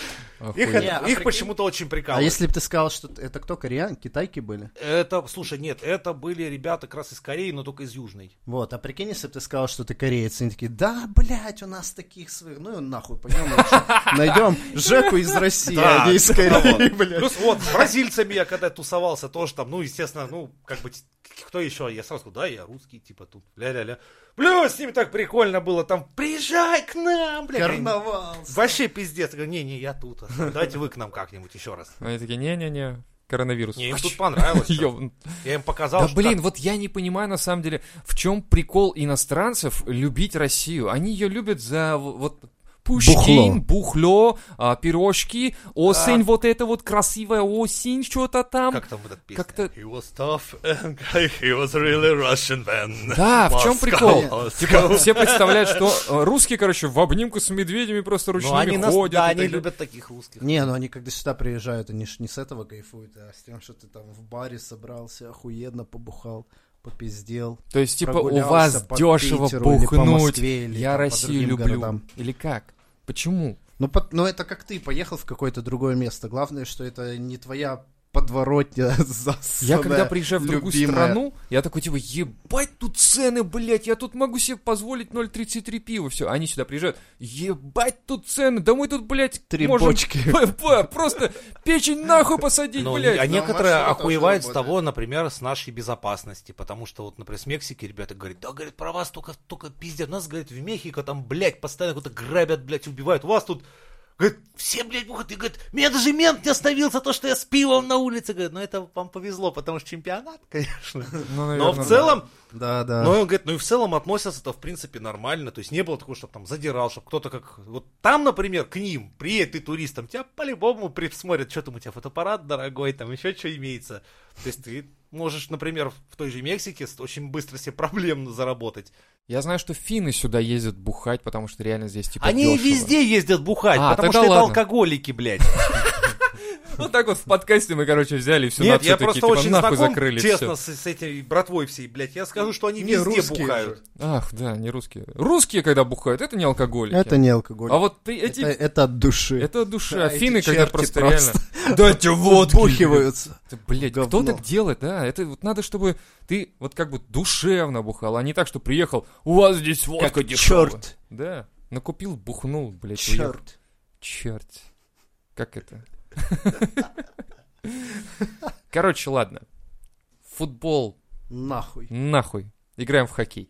[SPEAKER 3] Охуеть.
[SPEAKER 1] это-
[SPEAKER 4] Не, а
[SPEAKER 1] их
[SPEAKER 4] прикинь-
[SPEAKER 1] почему-то очень
[SPEAKER 4] А
[SPEAKER 1] прикалывает.
[SPEAKER 4] если бы ты сказал, что это кто, кореян, китайки были?
[SPEAKER 1] Это, слушай, нет, это были ребята как раз из Кореи, но только из Южной.
[SPEAKER 4] Вот, а прикинь, если бы ты сказал, что ты кореец, и они такие, да, блядь, у нас таких своих, ну и нахуй, пойдем лучше найдем Жеку из России,
[SPEAKER 1] Да,
[SPEAKER 4] а не из Кореи,
[SPEAKER 1] Вот. Ну,
[SPEAKER 4] блядь.
[SPEAKER 1] Плюс вот, с бразильцами я когда тусовался, тоже там, ну, естественно, ну, как бы, кто еще? Я сразу сказал, да, я русский, типа тут, ля-ля-ля. Бля, с ними так прикольно было, там, приезжай к нам, бля.
[SPEAKER 4] Карнавал.
[SPEAKER 1] Вообще пиздец. Я говорю, не-не, я тут. а, Давайте вы к нам как-нибудь еще раз.
[SPEAKER 3] Они такие, не-не-не, коронавирус.
[SPEAKER 1] Не, им тут понравилось. всё.
[SPEAKER 3] Ёбан-
[SPEAKER 1] Я им показал,
[SPEAKER 3] Да
[SPEAKER 1] что
[SPEAKER 3] блин, вот я не понимаю на самом деле, в чем прикол иностранцев любить Россию. Они ее любят за в- вот Пушкин, бухло, а, пирожки, осень, вот это вот красивая осень, что-то там.
[SPEAKER 1] Как там вот эта песня?
[SPEAKER 3] Как-то-
[SPEAKER 1] He was tough, and he was really Russian man.
[SPEAKER 3] Да, в чем
[SPEAKER 1] Moscow,
[SPEAKER 3] прикол?
[SPEAKER 1] Moscow.
[SPEAKER 3] Типа, все представляют, что э, русские, короче, в обнимку с медведями просто
[SPEAKER 1] Ну,
[SPEAKER 3] ручными
[SPEAKER 1] они нас,
[SPEAKER 3] ходят.
[SPEAKER 1] да, они
[SPEAKER 3] и так далее.
[SPEAKER 1] любят таких русских.
[SPEAKER 4] Не, ну они когда сюда приезжают, они ж не с этого кайфуют, а с тем, что ты там в баре собрался, охуенно побухал, попиздел.
[SPEAKER 3] То есть, типа, у
[SPEAKER 4] прогулялся
[SPEAKER 3] вас
[SPEAKER 4] по
[SPEAKER 3] дешево
[SPEAKER 4] Питеру или по
[SPEAKER 3] бухнуть.
[SPEAKER 4] Москве, или
[SPEAKER 3] Я
[SPEAKER 4] там по
[SPEAKER 3] Россию
[SPEAKER 4] другим
[SPEAKER 3] люблю.
[SPEAKER 4] городам.
[SPEAKER 3] Или как? Почему?
[SPEAKER 4] Ну, под- ну это как ты поехал в какое-то другое место. Главное, что это не твоя подворотня
[SPEAKER 3] Я
[SPEAKER 4] засанная,
[SPEAKER 3] когда приезжаю в другую
[SPEAKER 4] любимая.
[SPEAKER 3] страну, я такой типа, ебать тут цены, блядь, я тут могу себе позволить 0,33 пива, все. Они сюда приезжают, ебать тут цены, да мы тут, блядь,
[SPEAKER 4] Три
[SPEAKER 3] можем
[SPEAKER 4] бочки.
[SPEAKER 3] п- п- просто печень нахуй посадить,
[SPEAKER 1] Ну,
[SPEAKER 3] блядь.
[SPEAKER 1] а
[SPEAKER 4] ну,
[SPEAKER 1] некоторые
[SPEAKER 4] маршрут тоже
[SPEAKER 1] охуевают с
[SPEAKER 4] работает.
[SPEAKER 1] того, например, с нашей безопасности, потому что вот, например, с Мексики ребята говорят, да, говорит, про вас только, только пиздец, нас, говорит, в Мехико там, блядь, постоянно кто-то грабят, блядь, убивают, у вас тут, говорит, все, блядь, бухают, и говорит, меня даже мент не остановился, то, что я с пивом на улице, говорит, ну это вам повезло, потому что чемпионат, конечно,
[SPEAKER 3] Ну,
[SPEAKER 1] но
[SPEAKER 3] наверное,
[SPEAKER 1] в
[SPEAKER 3] да.
[SPEAKER 1] целом,
[SPEAKER 4] Да,
[SPEAKER 3] А.
[SPEAKER 4] да.
[SPEAKER 1] Ну, и он говорит, ну и в целом относятся-то, в принципе, нормально. То есть не было такого, чтобы там задирал, чтобы кто-то как... Вот там, например, к ним приедет ты туристом, тебя по-любому присмотрят, что там у тебя фотоаппарат дорогой, там еще что имеется. То есть ты можешь, например, в той же Мексике с- очень быстро себе проблемно заработать.
[SPEAKER 3] Я знаю, что финны сюда ездят бухать, потому что реально здесь типа
[SPEAKER 1] Они
[SPEAKER 3] дешево.
[SPEAKER 1] везде ездят бухать,
[SPEAKER 3] А,
[SPEAKER 1] потому
[SPEAKER 3] тогда
[SPEAKER 1] что это
[SPEAKER 3] ладно.
[SPEAKER 1] алкоголики, блядь.
[SPEAKER 3] Вот так вот в подкасте мы, короче, взяли и все
[SPEAKER 1] Нет, я просто
[SPEAKER 3] такие, типа,
[SPEAKER 1] очень
[SPEAKER 3] нахуй
[SPEAKER 1] знаком,
[SPEAKER 3] закрыли
[SPEAKER 1] честно,
[SPEAKER 3] всё».
[SPEAKER 1] с, с этой братвой всей, блядь. Я скажу, что они
[SPEAKER 4] Не,
[SPEAKER 1] везде
[SPEAKER 4] русские
[SPEAKER 1] бухают.
[SPEAKER 4] же.
[SPEAKER 3] Ах, да, не русские. Русские, когда бухают, это не алкоголики.
[SPEAKER 4] Это не алкоголь.
[SPEAKER 3] А вот ты
[SPEAKER 4] это,
[SPEAKER 3] эти...
[SPEAKER 4] это от души.
[SPEAKER 3] Это душа.
[SPEAKER 4] Да,
[SPEAKER 3] А
[SPEAKER 4] эти
[SPEAKER 3] финны, когда
[SPEAKER 4] черти
[SPEAKER 3] просто
[SPEAKER 4] просто.
[SPEAKER 3] реально... Дайте водки,
[SPEAKER 4] Бухиваются.
[SPEAKER 3] Да, блядь, кто
[SPEAKER 4] Говно.
[SPEAKER 3] так делает, да? Это вот надо, чтобы ты вот как бы душевно бухал, а не так, что приехал, у вас здесь водка
[SPEAKER 4] Как
[SPEAKER 3] дешёвая».
[SPEAKER 4] черт.
[SPEAKER 3] Да, накупил, бухнул, блядь, уехал.
[SPEAKER 4] Черт.
[SPEAKER 3] Черт. Как это? Короче, ладно. Футбол,
[SPEAKER 4] Нахуй.
[SPEAKER 3] нахуй. Играем в хоккей.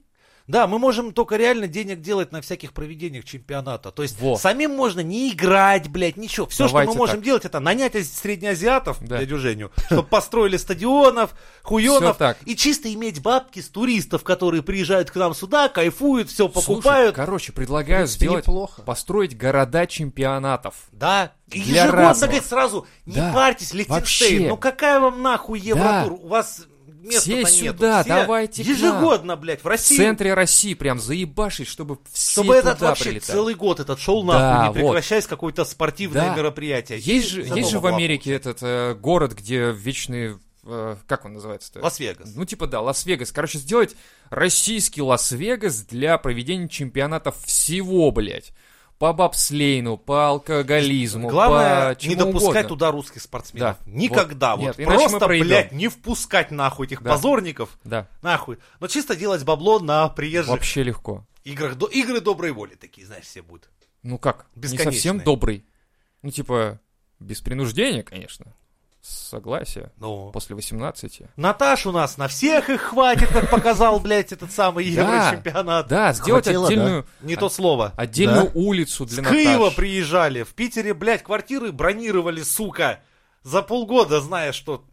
[SPEAKER 1] Да, мы можем только реально денег делать на всяких проведениях чемпионата. То есть
[SPEAKER 3] Во.
[SPEAKER 1] самим можно не играть, блядь, ничего. Все,
[SPEAKER 3] Давайте
[SPEAKER 1] что мы можем
[SPEAKER 3] так.
[SPEAKER 1] делать, это нанять из среднеазиатов,
[SPEAKER 3] Да.
[SPEAKER 1] дядю Женю, чтобы построили стадионов,
[SPEAKER 3] Все
[SPEAKER 1] хуенов.
[SPEAKER 3] так.
[SPEAKER 1] И чисто иметь бабки с туристов, которые приезжают к нам сюда, кайфуют, все
[SPEAKER 3] Слушай,
[SPEAKER 1] покупают.
[SPEAKER 3] короче, предлагаю
[SPEAKER 4] принципе,
[SPEAKER 3] сделать,
[SPEAKER 4] неплохо.
[SPEAKER 3] построить города чемпионатов.
[SPEAKER 1] Да, и
[SPEAKER 3] Для
[SPEAKER 1] ежегодно,
[SPEAKER 3] разного.
[SPEAKER 1] говорит, сразу, не
[SPEAKER 3] Да.
[SPEAKER 1] парьтесь, Лихтенштейн,
[SPEAKER 3] Вообще.
[SPEAKER 1] ну какая вам нахуй Евротур, у вас места-то
[SPEAKER 3] Все
[SPEAKER 1] нету.
[SPEAKER 3] сюда, давайте к нам.
[SPEAKER 1] Ежегодно, блядь, в
[SPEAKER 3] В
[SPEAKER 1] России.
[SPEAKER 3] центре России прям заебашить, чтобы все
[SPEAKER 1] Чтобы этот
[SPEAKER 3] туда
[SPEAKER 1] вообще
[SPEAKER 3] прилетали.
[SPEAKER 1] целый год этот шел
[SPEAKER 3] Да,
[SPEAKER 1] нахуй, не
[SPEAKER 3] вот.
[SPEAKER 1] прекращаясь какое-то спортивное
[SPEAKER 3] Да.
[SPEAKER 1] мероприятие.
[SPEAKER 3] Есть же,
[SPEAKER 1] Задолбал.
[SPEAKER 3] есть же в Америке этот э, город, где вечный... э, как он называется-то?
[SPEAKER 1] Лас-Вегас.
[SPEAKER 3] Ну, типа, да, Лас-Вегас. Короче, сделать российский Лас-Вегас для проведения чемпионатов всего, блядь. По бобслейну, по алкоголизму,
[SPEAKER 1] Главное,
[SPEAKER 3] по чему
[SPEAKER 1] не допускать
[SPEAKER 3] угодно.
[SPEAKER 1] туда русских спортсменов.
[SPEAKER 3] Да.
[SPEAKER 1] Никогда.
[SPEAKER 3] Вот.
[SPEAKER 1] Вот,
[SPEAKER 3] Нет, иначе мы
[SPEAKER 1] просто,
[SPEAKER 3] проебем.
[SPEAKER 1] блядь, не впускать нахуй этих
[SPEAKER 3] Да.
[SPEAKER 1] позорников.
[SPEAKER 3] Да,
[SPEAKER 1] Нахуй. Но чисто делать бабло на приезжих
[SPEAKER 3] вообще легко.
[SPEAKER 1] играх. До- Игры доброй воли такие, знаешь, все будут.
[SPEAKER 3] Ну как, не
[SPEAKER 1] Бесконечные.
[SPEAKER 3] совсем добрый. Ну, типа, без принуждения, конечно. Согласие.
[SPEAKER 1] Ну.
[SPEAKER 3] После 18.
[SPEAKER 1] Наташ у нас на всех их хватит, как показал, блядь, этот самый
[SPEAKER 3] Да. А
[SPEAKER 1] Еврочемпионат.
[SPEAKER 3] Да, сделать
[SPEAKER 4] Хватило,
[SPEAKER 3] отдельную,
[SPEAKER 1] Не то слово.
[SPEAKER 3] отдельную
[SPEAKER 4] Да.
[SPEAKER 3] улицу для
[SPEAKER 1] С Киева
[SPEAKER 3] Наташ.
[SPEAKER 1] приезжали, в Питере, блядь, квартиры бронировали, сука. За полгода, зная, что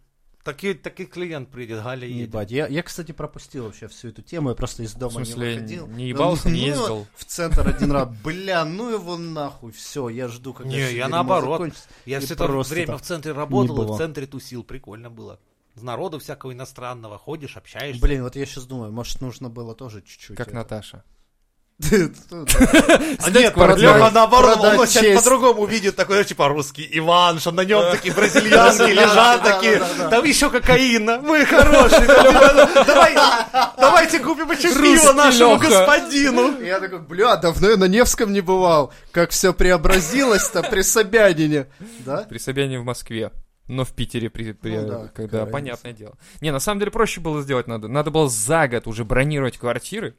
[SPEAKER 1] Такой, такой клиент приедет, Галя едет.
[SPEAKER 4] Ебать. Я, я, кстати, пропустил вообще всю эту тему. Я просто из дома
[SPEAKER 3] В смысле,
[SPEAKER 4] не выходил.
[SPEAKER 3] не ебался,
[SPEAKER 4] Ну,
[SPEAKER 3] не
[SPEAKER 4] ну,
[SPEAKER 3] ездил?
[SPEAKER 4] В центр один раз. Бля, ну его нахуй. Все, я жду, когда
[SPEAKER 1] Не,
[SPEAKER 4] всё
[SPEAKER 1] я
[SPEAKER 4] дерьмо
[SPEAKER 1] наоборот.
[SPEAKER 4] закончится.
[SPEAKER 1] Я
[SPEAKER 4] И
[SPEAKER 1] все это
[SPEAKER 4] просто
[SPEAKER 1] время в
[SPEAKER 4] так.
[SPEAKER 1] центре работал, и в
[SPEAKER 4] было.
[SPEAKER 1] центре тусил, прикольно было. С народу всякого иностранного ходишь, общаешься.
[SPEAKER 4] Блин, вот я сейчас думаю, может, нужно было тоже чуть-чуть.
[SPEAKER 3] Как
[SPEAKER 4] это.
[SPEAKER 3] Наташа.
[SPEAKER 4] Ну да.
[SPEAKER 1] А нет,
[SPEAKER 3] продать-
[SPEAKER 1] Лёха наоборот, он
[SPEAKER 4] продать
[SPEAKER 1] вас сейчас
[SPEAKER 4] честь.
[SPEAKER 1] по-другому видит, такой, знаешь, типа, русский Иван, что на нем такие бразильянские лежат,
[SPEAKER 4] да, да,
[SPEAKER 1] такие,
[SPEAKER 4] да, да.
[SPEAKER 1] там еще кокаина, вы хорошие, да, Лёха, давай, давайте купим еще пиво
[SPEAKER 3] Русский
[SPEAKER 1] нашему
[SPEAKER 3] Лёха.
[SPEAKER 1] господину.
[SPEAKER 4] Я такой, бля, давно я на Невском не бывал. Как все преобразилось-то при Собянине. Да?
[SPEAKER 3] При Собянине в Москве. Но в Питере, при, при-
[SPEAKER 4] Ну да, какая
[SPEAKER 3] когда
[SPEAKER 4] разница.
[SPEAKER 3] понятное дело. Не, на самом деле проще было сделать надо. Надо было за год уже бронировать квартиры.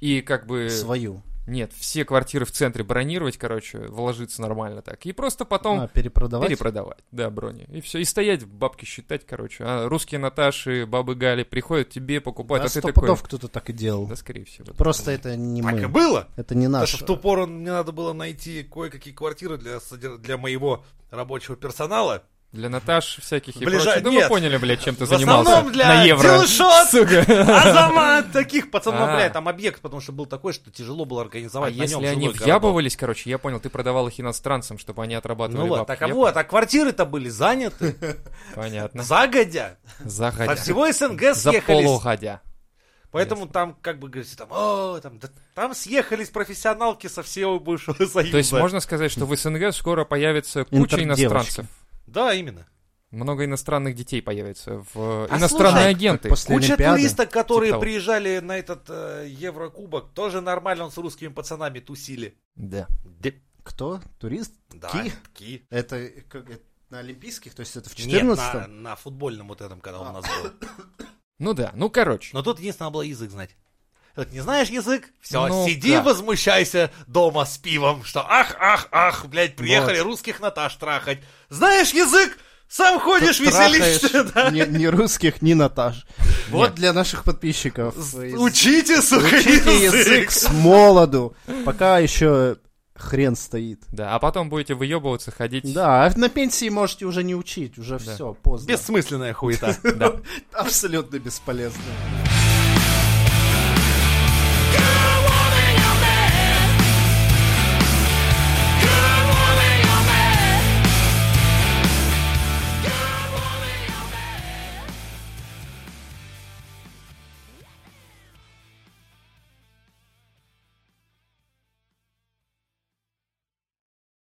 [SPEAKER 3] И как бы...
[SPEAKER 4] Свою.
[SPEAKER 3] Нет, все квартиры в центре бронировать, короче, вложиться нормально так. И просто
[SPEAKER 4] А,
[SPEAKER 3] потом
[SPEAKER 4] перепродавать?
[SPEAKER 3] перепродавать, да, брони. И все. И стоять, бабки считать, короче. А русские Наташи, бабы Гали приходят, тебе покупают,
[SPEAKER 4] Да,
[SPEAKER 3] а ты
[SPEAKER 4] сто
[SPEAKER 3] такой...
[SPEAKER 4] пудов кто-то так и делал.
[SPEAKER 3] Да, скорее всего.
[SPEAKER 4] Просто это не
[SPEAKER 1] Так и
[SPEAKER 4] мы.
[SPEAKER 1] было.
[SPEAKER 4] Это не
[SPEAKER 1] Потому
[SPEAKER 4] наш.
[SPEAKER 1] что в ту пору мне надо было найти кое-какие квартиры для, содер- для моего рабочего персонала.
[SPEAKER 3] Для Наташ всяких и
[SPEAKER 1] Ближа-
[SPEAKER 3] прочих. Ну,
[SPEAKER 1] нет.
[SPEAKER 3] вы поняли, блядь, чем ты
[SPEAKER 1] В
[SPEAKER 3] занимался
[SPEAKER 1] основном для
[SPEAKER 3] на евро.
[SPEAKER 1] Дилшот,
[SPEAKER 3] Сука.
[SPEAKER 1] Азамат, А таких пацанов,
[SPEAKER 3] А.
[SPEAKER 1] бля, там объект, потому что был такой, что тяжело было
[SPEAKER 3] А
[SPEAKER 1] организовать на нем
[SPEAKER 3] если они
[SPEAKER 1] жилой городок.
[SPEAKER 3] въябывались, короче, я понял, ты продавал их иностранцам, чтобы они отрабатывали
[SPEAKER 1] Ну вот,
[SPEAKER 3] бабки.
[SPEAKER 1] так а
[SPEAKER 3] Я
[SPEAKER 1] вот, а квартиры-то были заняты,
[SPEAKER 3] понял. Понятно.
[SPEAKER 1] загодя, со
[SPEAKER 3] Заходя.
[SPEAKER 1] а всего СНГ
[SPEAKER 3] За
[SPEAKER 1] съехались.
[SPEAKER 3] полугодя.
[SPEAKER 1] Поэтому там, как бы, говорится, там, «О, там, да там съехались профессионалки со всего бывшего союза.
[SPEAKER 3] То есть можно сказать, что в СНГ скоро появится куча
[SPEAKER 4] Интердевочки.
[SPEAKER 3] иностранцев.
[SPEAKER 1] Да, именно.
[SPEAKER 3] Много иностранных детей появится. В... э,
[SPEAKER 1] А
[SPEAKER 3] Иностранные
[SPEAKER 1] слушай,
[SPEAKER 3] агенты.
[SPEAKER 4] после
[SPEAKER 1] Куча
[SPEAKER 4] Олимпиады.
[SPEAKER 1] туристок, которые
[SPEAKER 3] Типа того.
[SPEAKER 1] приезжали на этот э, Еврокубок, тоже нормально он с русскими пацанами тусили.
[SPEAKER 3] Да.
[SPEAKER 4] Кто? Турист?
[SPEAKER 1] Да,
[SPEAKER 4] Ки?
[SPEAKER 1] ки.
[SPEAKER 4] Это как это на Олимпийских? То есть это в А.
[SPEAKER 1] Нет,
[SPEAKER 4] 14
[SPEAKER 1] на, на футбольном вот этом, когда он у нас был.
[SPEAKER 3] Ну да, ну короче.
[SPEAKER 1] Но тут единственное было язык знать. Вот не знаешь язык, все,
[SPEAKER 3] Ну
[SPEAKER 1] сиди,
[SPEAKER 3] как.
[SPEAKER 1] возмущайся дома с пивом, что ах, ах, ах, блядь, приехали русских Наташ трахать. Знаешь язык, сам
[SPEAKER 4] Ну,
[SPEAKER 1] ходишь, веселишься,
[SPEAKER 4] Трахаешь
[SPEAKER 1] да.
[SPEAKER 4] ни, ни русских, ни Наташ. Вот
[SPEAKER 3] Нет.
[SPEAKER 4] для наших подписчиков.
[SPEAKER 1] С- Учите, сука,
[SPEAKER 4] Учите
[SPEAKER 1] язык.
[SPEAKER 4] язык с молоду. Пока еще хрен стоит.
[SPEAKER 3] Да, а потом будете выебываться, ходить.
[SPEAKER 4] Да, а на пенсии можете уже не учить, уже все, поздно.
[SPEAKER 1] Бессмысленная хуета.
[SPEAKER 3] Да.
[SPEAKER 4] Абсолютно бесполезно.